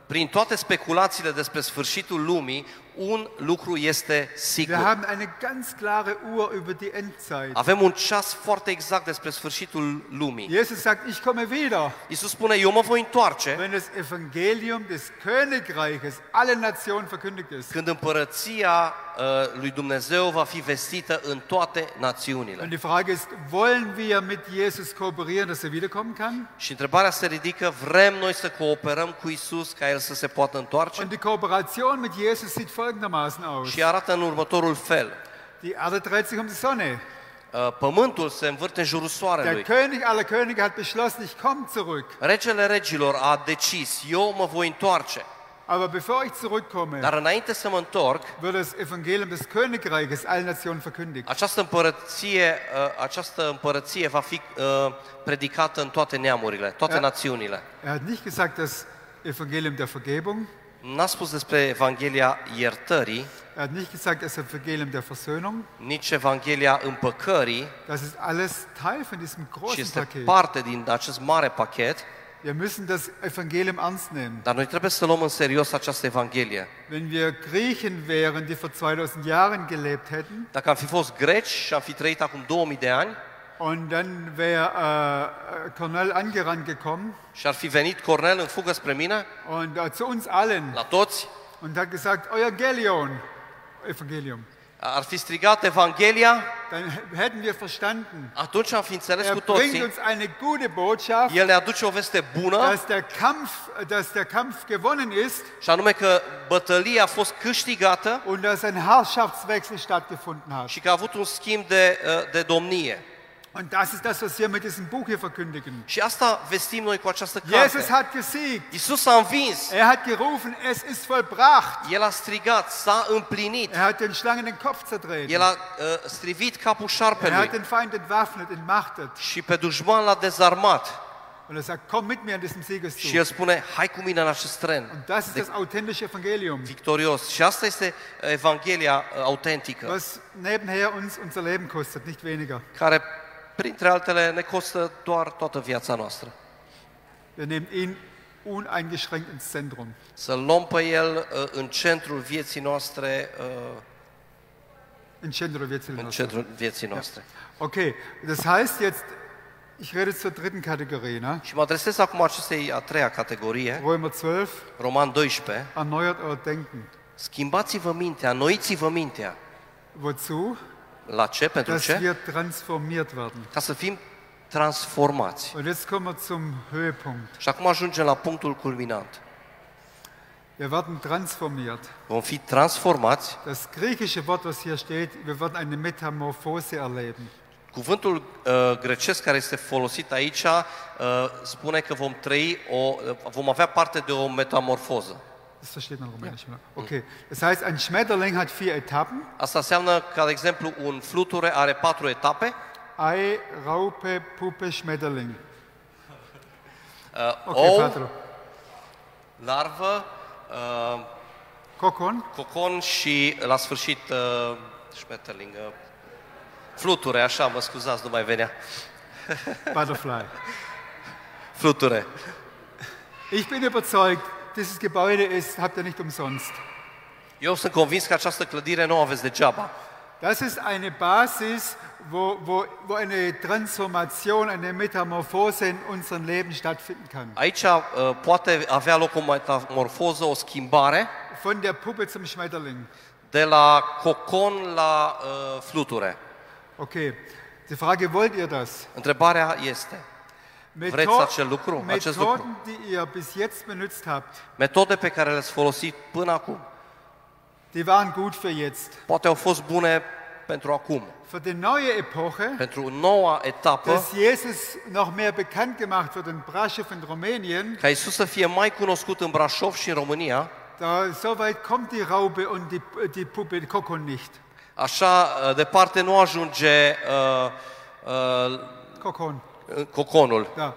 Speaker 2: prin toate speculațiile despre sfârșitul lumii, un lucru este
Speaker 1: Wir
Speaker 2: sigur.
Speaker 1: haben eine ganz klare Uhr über die Endzeit.
Speaker 2: Avem un ceas foarte exact despre sfârșitul lumii.
Speaker 1: Jesus sagt, ich komme wieder,
Speaker 2: Iisus spune, eu mă voi întoarce
Speaker 1: wenn das Evangelium des Königreiches allen Nationen verkündigt ist.
Speaker 2: când împărăția uh, lui Dumnezeu va fi vestită în toate
Speaker 1: Und
Speaker 2: națiunile.
Speaker 1: die Frage ist, wollen wir mit Jesus kooperieren, dass er wiederkommen kann?
Speaker 2: Și întrebarea se ridică, vrem noi să cooperăm cu Iisus ca El să se poată întoarce?
Speaker 1: Und die Kooperation mit Jesus sieht folgendermaßen aus.
Speaker 2: Și arată în următorul fel.
Speaker 1: Die Erde dreht sich um die Sonne.
Speaker 2: Uh, Pământul se învârte în jurul
Speaker 1: Der
Speaker 2: soarelui.
Speaker 1: König aller Könige hat beschlossen, ich komme zurück.
Speaker 2: Regele regilor a decis, eu mă voi întoarce.
Speaker 1: Aber bevor ich zurückkomme,
Speaker 2: Dar înainte să mă întorc,
Speaker 1: wird das Evangelium des Königreiches allen Nationen verkündigt.
Speaker 2: această împărăție, uh, această împărăție va fi uh, predicată în toate neamurile, toate
Speaker 1: Da.
Speaker 2: națiunile.
Speaker 1: Er hat nicht gesagt, das Evangelium der Vergebung.
Speaker 2: N-a spus despre Evanghelia iertării,
Speaker 1: Er hat nicht gesagt, das Evangelium der Versöhnung.
Speaker 2: nici Evanghelia împăcării,
Speaker 1: Das ist alles Teil von diesem
Speaker 2: ci
Speaker 1: großen
Speaker 2: este
Speaker 1: Paket.
Speaker 2: parte din acest mare pachet,
Speaker 1: Wir müssen das Evangelium ernst nehmen.
Speaker 2: dar noi trebuie să luăm în serios această Evanghelie.
Speaker 1: Wenn wir Griechen wären, die vor 2000 Jahren gelebt hätten,
Speaker 2: Dacă am fi fost greci și am fi trăit acum 2000 de ani
Speaker 1: und dann wäre äh, Cornell angerannt gekommen
Speaker 2: și ar fi venit Cornel în fugă spre mine,
Speaker 1: und äh, zu uns allen
Speaker 2: la toți,
Speaker 1: und hat gesagt, euer Gelion, Evangelium,
Speaker 2: ar fi strigat Evanghelia,
Speaker 1: dann hätten wir verstanden.
Speaker 2: atunci am fi înțeles
Speaker 1: Er
Speaker 2: cu
Speaker 1: bringt
Speaker 2: toții.
Speaker 1: uns eine gute Botschaft,
Speaker 2: El ne aduce o veste bună
Speaker 1: dass der Kampf, dass der Kampf gewonnen ist
Speaker 2: și anume că bătălia a fost câștigată
Speaker 1: und dass ein Herrschaftswechsel stattgefunden hat.
Speaker 2: și că a avut un schimb de, uh, de domnie.
Speaker 1: Und das ist das, was wir mit diesem Buch hier verkündigen.
Speaker 2: Și asta vestim noi cu această
Speaker 1: Jesus
Speaker 2: carte.
Speaker 1: hat gesiegt.
Speaker 2: Iisus a învins,
Speaker 1: Er hat gerufen, es ist vollbracht.
Speaker 2: El a strigat, s-a împlinit,
Speaker 1: Er hat den Schlangen den Kopf zertreten.
Speaker 2: El a uh, strivit capul
Speaker 1: Er hat
Speaker 2: șarpelui
Speaker 1: den Feind entwaffnet, entmachtet.
Speaker 2: și pe dușman l-a dezarmat.
Speaker 1: Und er sagt, komm mit mir an diesem
Speaker 2: Și el
Speaker 1: Siegeszug.
Speaker 2: spune, hai cu mine în acest tren
Speaker 1: Und das ist das authentische Evangelium,
Speaker 2: victorios. Și asta este Evanghelia uh, autentică,
Speaker 1: was nebenher uns unser Leben kostet, nicht weniger.
Speaker 2: care, printre altele, ne costă doar toată viața noastră.
Speaker 1: Wir nehmen ihn uneingeschränkt ins Zentrum.
Speaker 2: Să luăm pe el uh, în centrul vieții noastre, uh,
Speaker 1: In Centro wird
Speaker 2: în
Speaker 1: es
Speaker 2: centrul vieții noastre.
Speaker 1: Okay, das heißt jetzt, ich rede jetzt zur dritten Kategorie, ne?
Speaker 2: Și mă adresez acum acestei a treia categorie,
Speaker 1: Römer 12,
Speaker 2: Roman 12,
Speaker 1: erneuert euer Denken.
Speaker 2: Schimbați-vă mintea, noiți-vă mintea.
Speaker 1: Wozu?
Speaker 2: La ce? Pentru
Speaker 1: Dass
Speaker 2: ce?
Speaker 1: wir transformiert werden.
Speaker 2: Ca să fim transformați.
Speaker 1: Und jetzt kommen wir zum Höhepunkt.
Speaker 2: Și acum ajungem la punctul culminant.
Speaker 1: Wir werden transformiert.
Speaker 2: Vom fi transformați.
Speaker 1: Das griechische Wort, was hier steht, wir werden eine Metamorphose erleben.
Speaker 2: Cuvântul uh, grecesc care este folosit aici uh, spune că vom trăi o, uh, vom avea parte de o metamorfoză.
Speaker 1: Das versteht man rumänisch. oder? Okay, das heißt, ein Schmetterling hat vier Etappen.
Speaker 2: Asta înseamnă că, de exemplu, un fluture are patru etape.
Speaker 1: Ei, Raupe, Puppe, Schmetterling.
Speaker 2: Uh,
Speaker 1: Okay,
Speaker 2: ou,
Speaker 1: Patru.
Speaker 2: larvă, uh,
Speaker 1: Kokon,
Speaker 2: cocon și, la sfârșit, uh, șmeterling, uh, fluture, așa, mă scuzați, nu mai venea.
Speaker 1: Butterfly.
Speaker 2: Fluture.
Speaker 1: Ich bin überzeugt, dieses Gebäude ist, habt ihr nicht umsonst.
Speaker 2: Eu sunt convins că această clădire nu o aveți degeaba.
Speaker 1: Das ist eine Basis, wo, wo, wo eine Transformation, eine Metamorphose in unserem Leben stattfinden kann.
Speaker 2: Aici uh, poate avea loc o metamorfoză, o schimbare,
Speaker 1: Von der Puppe zum Schmetterling.
Speaker 2: de la cocon la uh, fluture.
Speaker 1: Okay, die Frage, wollt ihr das?
Speaker 2: Întrebarea este, acel lucru, acest lucru?
Speaker 1: Methoden, die ihr bis jetzt benutzt habt,
Speaker 2: metode pe care le-ați folosit până acum,
Speaker 1: die waren gut für jetzt.
Speaker 2: poate au fost bune pentru acum,
Speaker 1: Für die neue Epoche,
Speaker 2: pentru noua etapă,
Speaker 1: dass Jesus noch mehr bekannt gemacht wird in Brasov in Rumänien,
Speaker 2: ca Isus să fie mai cunoscut în Brașov și în România,
Speaker 1: da, so weit kommt die Raupe und die, die Puppe, die Kokon nicht.
Speaker 2: așa uh, departe nu ajunge uh, uh,
Speaker 1: Kokon,
Speaker 2: coconul.
Speaker 1: ja.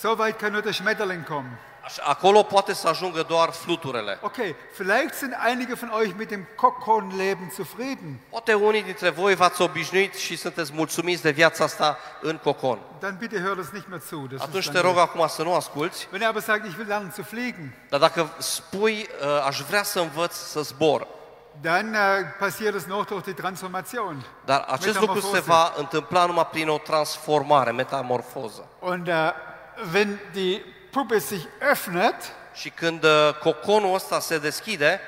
Speaker 1: So weit kann nur der Schmetterling kommen.
Speaker 2: Așa, acolo poate să ajungă doar fluturele.
Speaker 1: Okay, vielleicht sind einige von euch mit dem Kokon-Leben zufrieden.
Speaker 2: Poate unii dintre voi v-ați obișnuit și sunteți mulțumiți de viața asta în cocon.
Speaker 1: Dann bitte hört das nicht mehr zu. Das
Speaker 2: Atunci
Speaker 1: ist
Speaker 2: te
Speaker 1: dann
Speaker 2: rog acum să nu asculți,
Speaker 1: Wenn ihr aber sagt, ich will lernen zu fliegen,
Speaker 2: dar dacă spui uh, aș vrea să învăț să zbor,
Speaker 1: dann äh, passiert es noch durch die Transformation.
Speaker 2: dar acest lucru se
Speaker 1: Metamorfoză.
Speaker 2: va întâmpla numai prin o transformare, metamorfoză.
Speaker 1: Und äh, wenn die Puppe sich öffnet,
Speaker 2: Și când uh, coconul ăsta se deschide,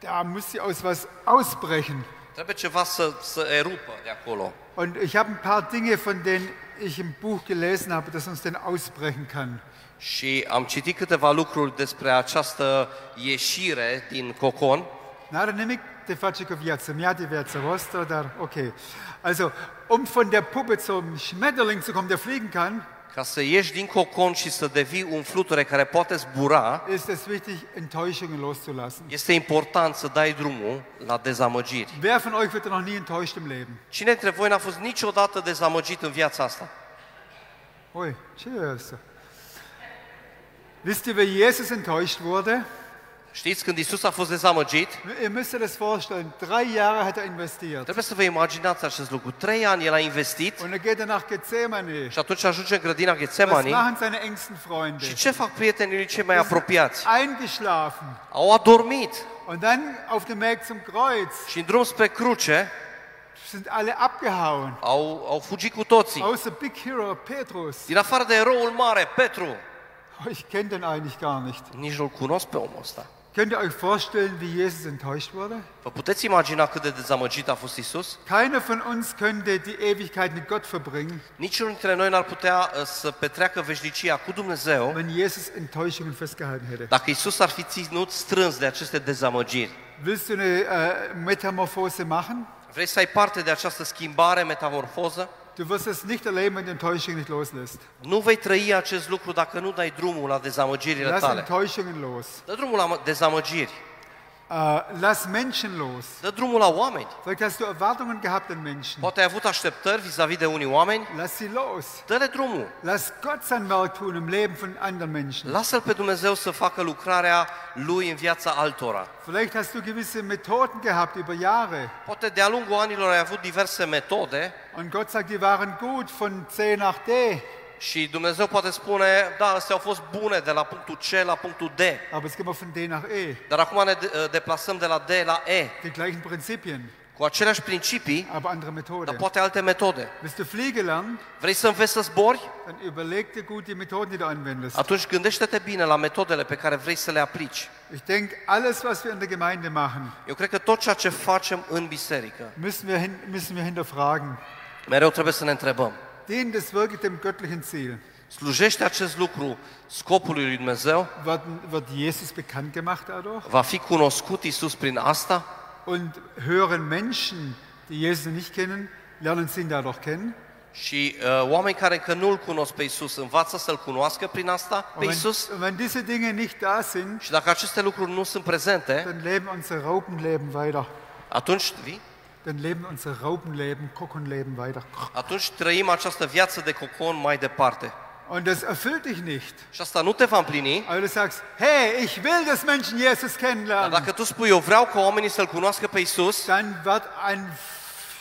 Speaker 1: da muss sie aus was ausbrechen.
Speaker 2: trebuie ceva să, să erupă de acolo.
Speaker 1: Und ich habe ein paar Dinge, von denen ich im Buch gelesen habe, dass uns denn ausbrechen kann.
Speaker 2: Și am citit câteva lucruri despre această ieșire din cocon.
Speaker 1: Nada nimic te face cu viață, mi-a de viață, vostă, dar okay. Also, um von der Puppe zum Schmetterling zu kommen, der fliegen kann,
Speaker 2: Ca să ieși din cocon și să devii un fluture care poate zbura,
Speaker 1: ist es wichtig, Enttäuschungen loszulassen.
Speaker 2: Este important să dai drumul la dezamăgiri.
Speaker 1: Wer von euch wird noch nie enttäuscht im Leben?
Speaker 2: Cine dintre voi n-a fost niciodată dezamăgit în viața asta?
Speaker 1: Ui, tschüss. Wisst ihr, wer Jesus enttäuscht wurde?
Speaker 2: Știți, când Isus a fost dezamăgit,
Speaker 1: Ihr müsst ihr das vorstellen, drei Jahre hat er investiert.
Speaker 2: trebuie să vă imaginați acest lucru. Trei ani el a investit
Speaker 1: Und er geht dann nach Gethsemane.
Speaker 2: și atunci ajunge în grădina
Speaker 1: Was
Speaker 2: Ghețemani.
Speaker 1: machen seine engsten Freunde?
Speaker 2: Și ce fac prietenii lui cei mai
Speaker 1: Die sind
Speaker 2: apropiați?
Speaker 1: Eingeschlafen.
Speaker 2: Au adormit
Speaker 1: Und dann auf dem Weg zum Kreuz
Speaker 2: și în drum spre cruce
Speaker 1: sind alle abgehauen.
Speaker 2: au, au fugit cu toții.
Speaker 1: Außer Big Hero Petrus.
Speaker 2: Din afară de eroul mare, Petru.
Speaker 1: Oh, Ich kenne den eigentlich gar nicht.
Speaker 2: Nici nu-l cunosc pe omul ăsta.
Speaker 1: Könnt ihr euch vorstellen, wie Jesus enttäuscht wurde?
Speaker 2: Vă puteți imagina cât de dezamăgit a fost Isus?
Speaker 1: Keiner von uns könnte die Ewigkeit mit Gott verbringen,
Speaker 2: Niciunul dintre noi n-ar putea uh, să petreacă veșnicia cu Dumnezeu
Speaker 1: wenn Jesus Enttäuschungen festgehalten hätte.
Speaker 2: dacă Isus ar fi ținut strâns de aceste dezamăgiri.
Speaker 1: Willst du eine äh, Metamorphose machen?
Speaker 2: Vrei să ai parte de această schimbare, metamorfoză?
Speaker 1: Du wirst es nicht erleben, wenn du Enttäuschungen nicht loslässt.
Speaker 2: Nu vei trăi acest lucru dacă nu dai drumul la dezamăgirile
Speaker 1: Lass
Speaker 2: tale.
Speaker 1: Enttäuschungen los.
Speaker 2: Dă drumul la dezamăgiri,
Speaker 1: Äh, lass Menschen los.
Speaker 2: dă drumul la oameni.
Speaker 1: Vielleicht hast du Erwartungen gehabt an Menschen.
Speaker 2: Poate ai avut așteptări vis-a-vis de unii oameni,
Speaker 1: Lass sie los.
Speaker 2: dă-le drumul.
Speaker 1: Lass Gott sein Werk tun im Leben von anderen Menschen.
Speaker 2: Lasă-L pe Dumnezeu să facă lucrarea Lui în viața altora.
Speaker 1: Vielleicht hast du gewisse Methoden gehabt über Jahre.
Speaker 2: Poate de-a lungul anilor ai avut diverse metode
Speaker 1: Und Gott sagt, die waren gut von C nach D.
Speaker 2: și Dumnezeu poate spune, da, astea au fost bune de la punctul C la punctul D.
Speaker 1: Aber jetzt gehen wir von D nach E.
Speaker 2: Dar acum ne de- ă, deplasăm de la D la E,
Speaker 1: Die gleichen Prinzipien,
Speaker 2: cu aceleași principii,
Speaker 1: aber andere
Speaker 2: dar
Speaker 1: Methode.
Speaker 2: poate alte metode.
Speaker 1: Willst du Fliege lernen,
Speaker 2: Vrei să înveți să zbori?
Speaker 1: dann überleg dir gut die Methoden, die du anwendest.
Speaker 2: Atunci gândește-te bine la metodele pe care vrei să le aplici.
Speaker 1: Ich denke, alles, was wir in der Gemeinde machen,
Speaker 2: Eu cred că tot ceea ce facem în biserică,
Speaker 1: müssen wir, hin, müssen wir hinterfragen.
Speaker 2: mereu trebuie să ne întrebăm.
Speaker 1: Dient es wirklich dem göttlichen Ziel?
Speaker 2: Slujește acest lucru scopului lui Dumnezeu?
Speaker 1: Wird, wird Jesus bekannt gemacht dadurch?
Speaker 2: Va fi cunoscut Isus prin asta?
Speaker 1: Und hören Menschen, die Jesus nicht kennen, lernen sie ihn dadurch kennen?
Speaker 2: Și uh, oameni care încă nu-L cunosc pe Isus, învață să-L cunoască prin asta pe
Speaker 1: Und
Speaker 2: Isus?
Speaker 1: wenn, und wenn diese Dinge nicht da sind,
Speaker 2: Și dacă aceste lucruri nu sunt prezente,
Speaker 1: dann leben unsere Raupenleben weiter.
Speaker 2: atunci, vi?
Speaker 1: Dann leben unsere Raupenleben, Kokonleben weiter.
Speaker 2: atunci trăim această viață de cocon mai departe.
Speaker 1: Und das erfüllt dich nicht.
Speaker 2: Și asta nu te va împlini,
Speaker 1: Aber du sagst, hey, ich will, dass Menschen Jesus
Speaker 2: dar
Speaker 1: kennenlernen.
Speaker 2: dacă tu spui eu vreau ca oamenii să-L cunoască pe Isus,
Speaker 1: Dann wird ein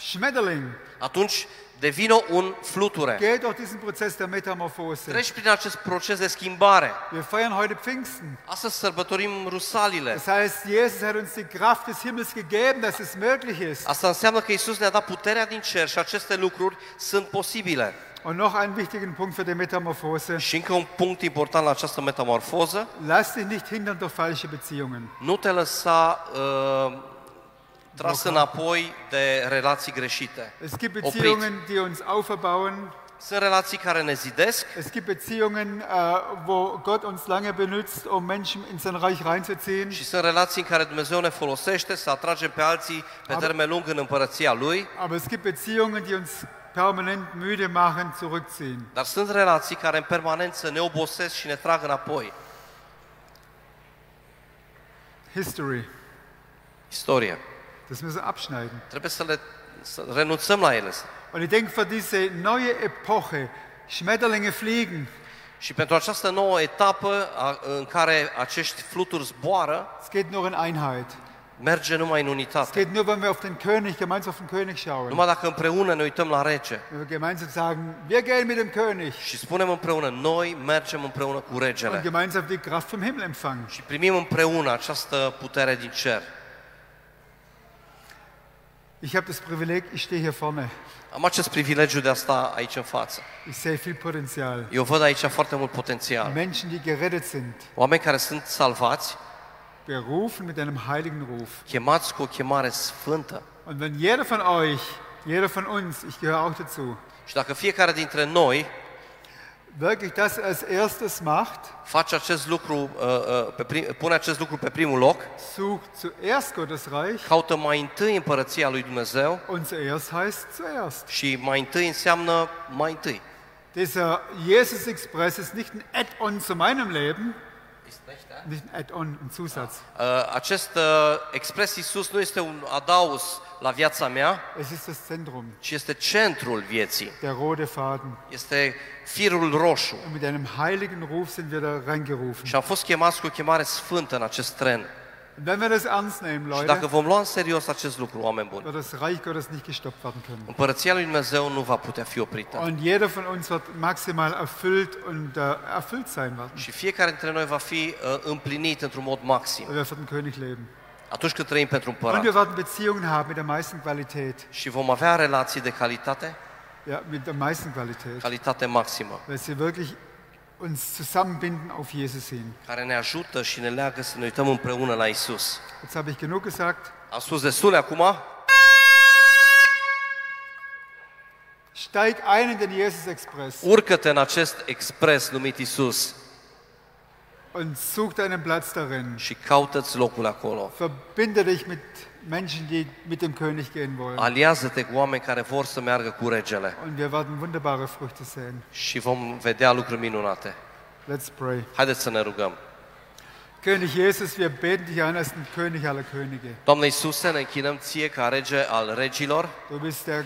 Speaker 1: Schmetterling.
Speaker 2: atunci devină un fluture.
Speaker 1: Geh durch diesen Prozess der Metamorphose.
Speaker 2: Treci prin acest proces de schimbare.
Speaker 1: Wir feiern heute Pfingsten.
Speaker 2: Astăzi sărbătorim Rusalile.
Speaker 1: Das heißt, Jesus hat uns die Kraft des Himmels gegeben, dass es möglich ist.
Speaker 2: Asta înseamnă că Isus ne-a dat puterea din cer și aceste lucruri sunt posibile.
Speaker 1: Und noch einen wichtigen Punkt für die Metamorphose.
Speaker 2: Și încă un punct important la această metamorfoză,
Speaker 1: Lass dich nicht hindern durch falsche Beziehungen.
Speaker 2: nu te lăsa uh, tras înapoi de relații greșite.
Speaker 1: Es gibt
Speaker 2: Oprit.
Speaker 1: Beziehungen, die uns auferbauen.
Speaker 2: Sunt relații care ne zidesc,
Speaker 1: Es gibt Beziehungen, äh, wo Gott uns lange benutzt, um Menschen in sein Reich reinzuziehen.
Speaker 2: și sunt relații în care Dumnezeu ne folosește să atragem pe alții pe termen lung în împărăția Lui,
Speaker 1: Aber es gibt Beziehungen, die uns permanent müde machen, zurückziehen.
Speaker 2: dar sunt relații care în permanență ne obosesc și ne trag înapoi.
Speaker 1: History.
Speaker 2: Istorie.
Speaker 1: Das müssen wir abschneiden.
Speaker 2: Trebuie să le să renunțăm la ele.
Speaker 1: Und ich denke, für diese neue Epoche, Schmetterlinge fliegen,
Speaker 2: Și pentru această nouă etapă a, în care acești fluturi zboară,
Speaker 1: es geht nur in Einheit.
Speaker 2: merge numai în
Speaker 1: Es
Speaker 2: unitate.
Speaker 1: geht nur, wenn wir auf den König, gemeinsam auf den König schauen.
Speaker 2: Numai dacă împreună ne uităm la rece
Speaker 1: Wenn wir gemeinsam sagen, wir gehen mit dem König
Speaker 2: și spunem împreună, noi mergem împreună cu
Speaker 1: und
Speaker 2: regele
Speaker 1: gemeinsam die Kraft vom Himmel empfangen.
Speaker 2: și primim împreună această putere din cer.
Speaker 1: Ich habe das Privileg, ich stehe hier vorne.
Speaker 2: Am acest privilegiu de a sta aici în față.
Speaker 1: Ich sehe viel Potenzial.
Speaker 2: Eu văd aici foarte mult potențial.
Speaker 1: Menschen, die gerettet sind,
Speaker 2: Oameni care sunt salvați,
Speaker 1: berufen mit einem heiligen Ruf.
Speaker 2: chemați cu o chemare sfântă.
Speaker 1: Und wenn jeder von euch, jeder von uns, ich gehöre auch dazu,
Speaker 2: Și dacă fiecare dintre noi
Speaker 1: wirklich das als erstes macht,
Speaker 2: face acest lucru, uh, uh, pe prim, pune acest lucru pe primul loc,
Speaker 1: sucht zuerst Gottes Reich
Speaker 2: caută mai întâi împărăția lui Dumnezeu
Speaker 1: und zuerst heißt zuerst.
Speaker 2: și mai întâi înseamnă mai întâi.
Speaker 1: Dieser Jesus Express ist nicht ein Add-on zu meinem Leben, nicht ein Add-on, ein Zusatz.
Speaker 2: Uh, Acest uh, expres Iisus nu este un adaus la viața mea,
Speaker 1: Es ist das Zentrum,
Speaker 2: ci este centrul vieții,
Speaker 1: der rote Faden.
Speaker 2: este firul roșu.
Speaker 1: Und mit einem heiligen Ruf sind wir da reingerufen.
Speaker 2: Și am fost chemați cu o chemare sfântă în acest tren.
Speaker 1: Und wenn wir das ernst nehmen,
Speaker 2: Și dacă
Speaker 1: Leute,
Speaker 2: vom lua în serios acest lucru, oameni buni,
Speaker 1: wird das Reich Gottes nicht gestoppt werden können.
Speaker 2: împărăția lui Dumnezeu nu va putea fi oprită.
Speaker 1: Und jeder von uns wird maximal erfüllt und äh, erfüllt sein werden,
Speaker 2: Și fiecare dintre noi va fi uh, împlinit într-un mod maxim
Speaker 1: weil wir für den König leben.
Speaker 2: atunci când trăim pentru
Speaker 1: Und
Speaker 2: împărat.
Speaker 1: wir werden Beziehungen haben mit der meisten Qualität.
Speaker 2: Și vom avea relații de calitate,
Speaker 1: Ja, mit der meisten Qualität.
Speaker 2: calitate maximă.
Speaker 1: Weil sie wirklich uns zusammenbinden auf Jesus hin.
Speaker 2: care ne ajută și ne leagă să ne uităm împreună la Isus.
Speaker 1: Jetzt habe ich genug gesagt.
Speaker 2: Am spus destule acum?
Speaker 1: Steig ein in den Jesus Express
Speaker 2: Urcă-te în acest expres numit Isus
Speaker 1: und such deinen Platz darin.
Speaker 2: și caută-ți locul acolo.
Speaker 1: Verbinde dich mit Menschen, die mit dem König gehen wollen.
Speaker 2: Aliază-te cu oameni care vor să meargă cu regele
Speaker 1: Und wir werden wunderbare Früchte sehen.
Speaker 2: și vom vedea lucruri minunate.
Speaker 1: Let's pray.
Speaker 2: Haideți să ne rugăm.
Speaker 1: König Jesus, wir beten dich an als den König aller Könige.
Speaker 2: Doamne Iisuse, ne închinăm Ție ca rege al regilor.
Speaker 1: Du bist der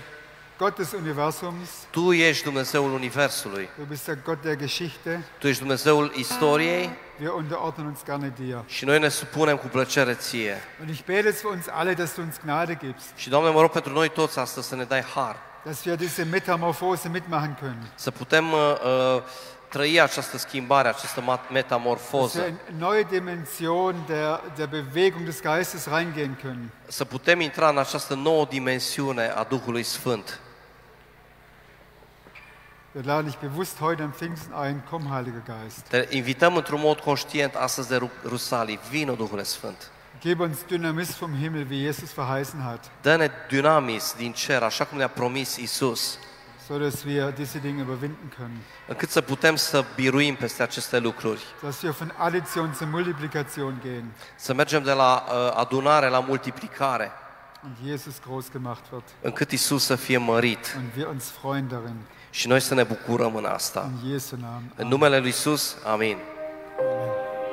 Speaker 1: Gott des Universums.
Speaker 2: Tu ești Dumnezeul Universului.
Speaker 1: Du bist der Gott der Geschichte.
Speaker 2: Tu ești Dumnezeul istoriei
Speaker 1: Wir unterordnen uns gerne dir.
Speaker 2: și noi ne supunem cu plăcere Ție.
Speaker 1: Und ich bete jetzt für uns alle, dass du uns Gnade gibst,
Speaker 2: Și, Doamne, mă rog pentru noi toți astăzi să ne dai har,
Speaker 1: dass wir diese Metamorphose mitmachen können.
Speaker 2: să putem uh, uh, trăi această schimbare, această mat-
Speaker 1: Dass wir
Speaker 2: metamorfoză,
Speaker 1: in eine neue Dimension der, der Bewegung des Geistes reingehen können.
Speaker 2: să putem intra în această nouă dimensiune a Duhului Sfânt.
Speaker 1: Wir laden dich bewusst heute am Pfingsten ein. Komm, Heiliger Geist.
Speaker 2: Te invităm într-un mod conștient astăzi de Ru- Rusalii. Vino, Duhul Sfânt.
Speaker 1: Gib uns Dynamis vom Himmel, wie Jesus verheißen hat,
Speaker 2: Dă-ne dinamis din cer, așa cum ne-a promis Isus,
Speaker 1: sodass wir diese Dinge überwinden können.
Speaker 2: încât să putem să biruim peste aceste lucruri,
Speaker 1: Dass wir von Addition zur Multiplikation gehen
Speaker 2: să mergem de la uh, adunare la multiplicare,
Speaker 1: und Jesus groß gemacht wird.
Speaker 2: încât Isus să fie mărit
Speaker 1: Und wir uns freuen darin.
Speaker 2: și noi să ne bucurăm în asta.
Speaker 1: In Jesu Namen.
Speaker 2: În numele lui Isus, amin.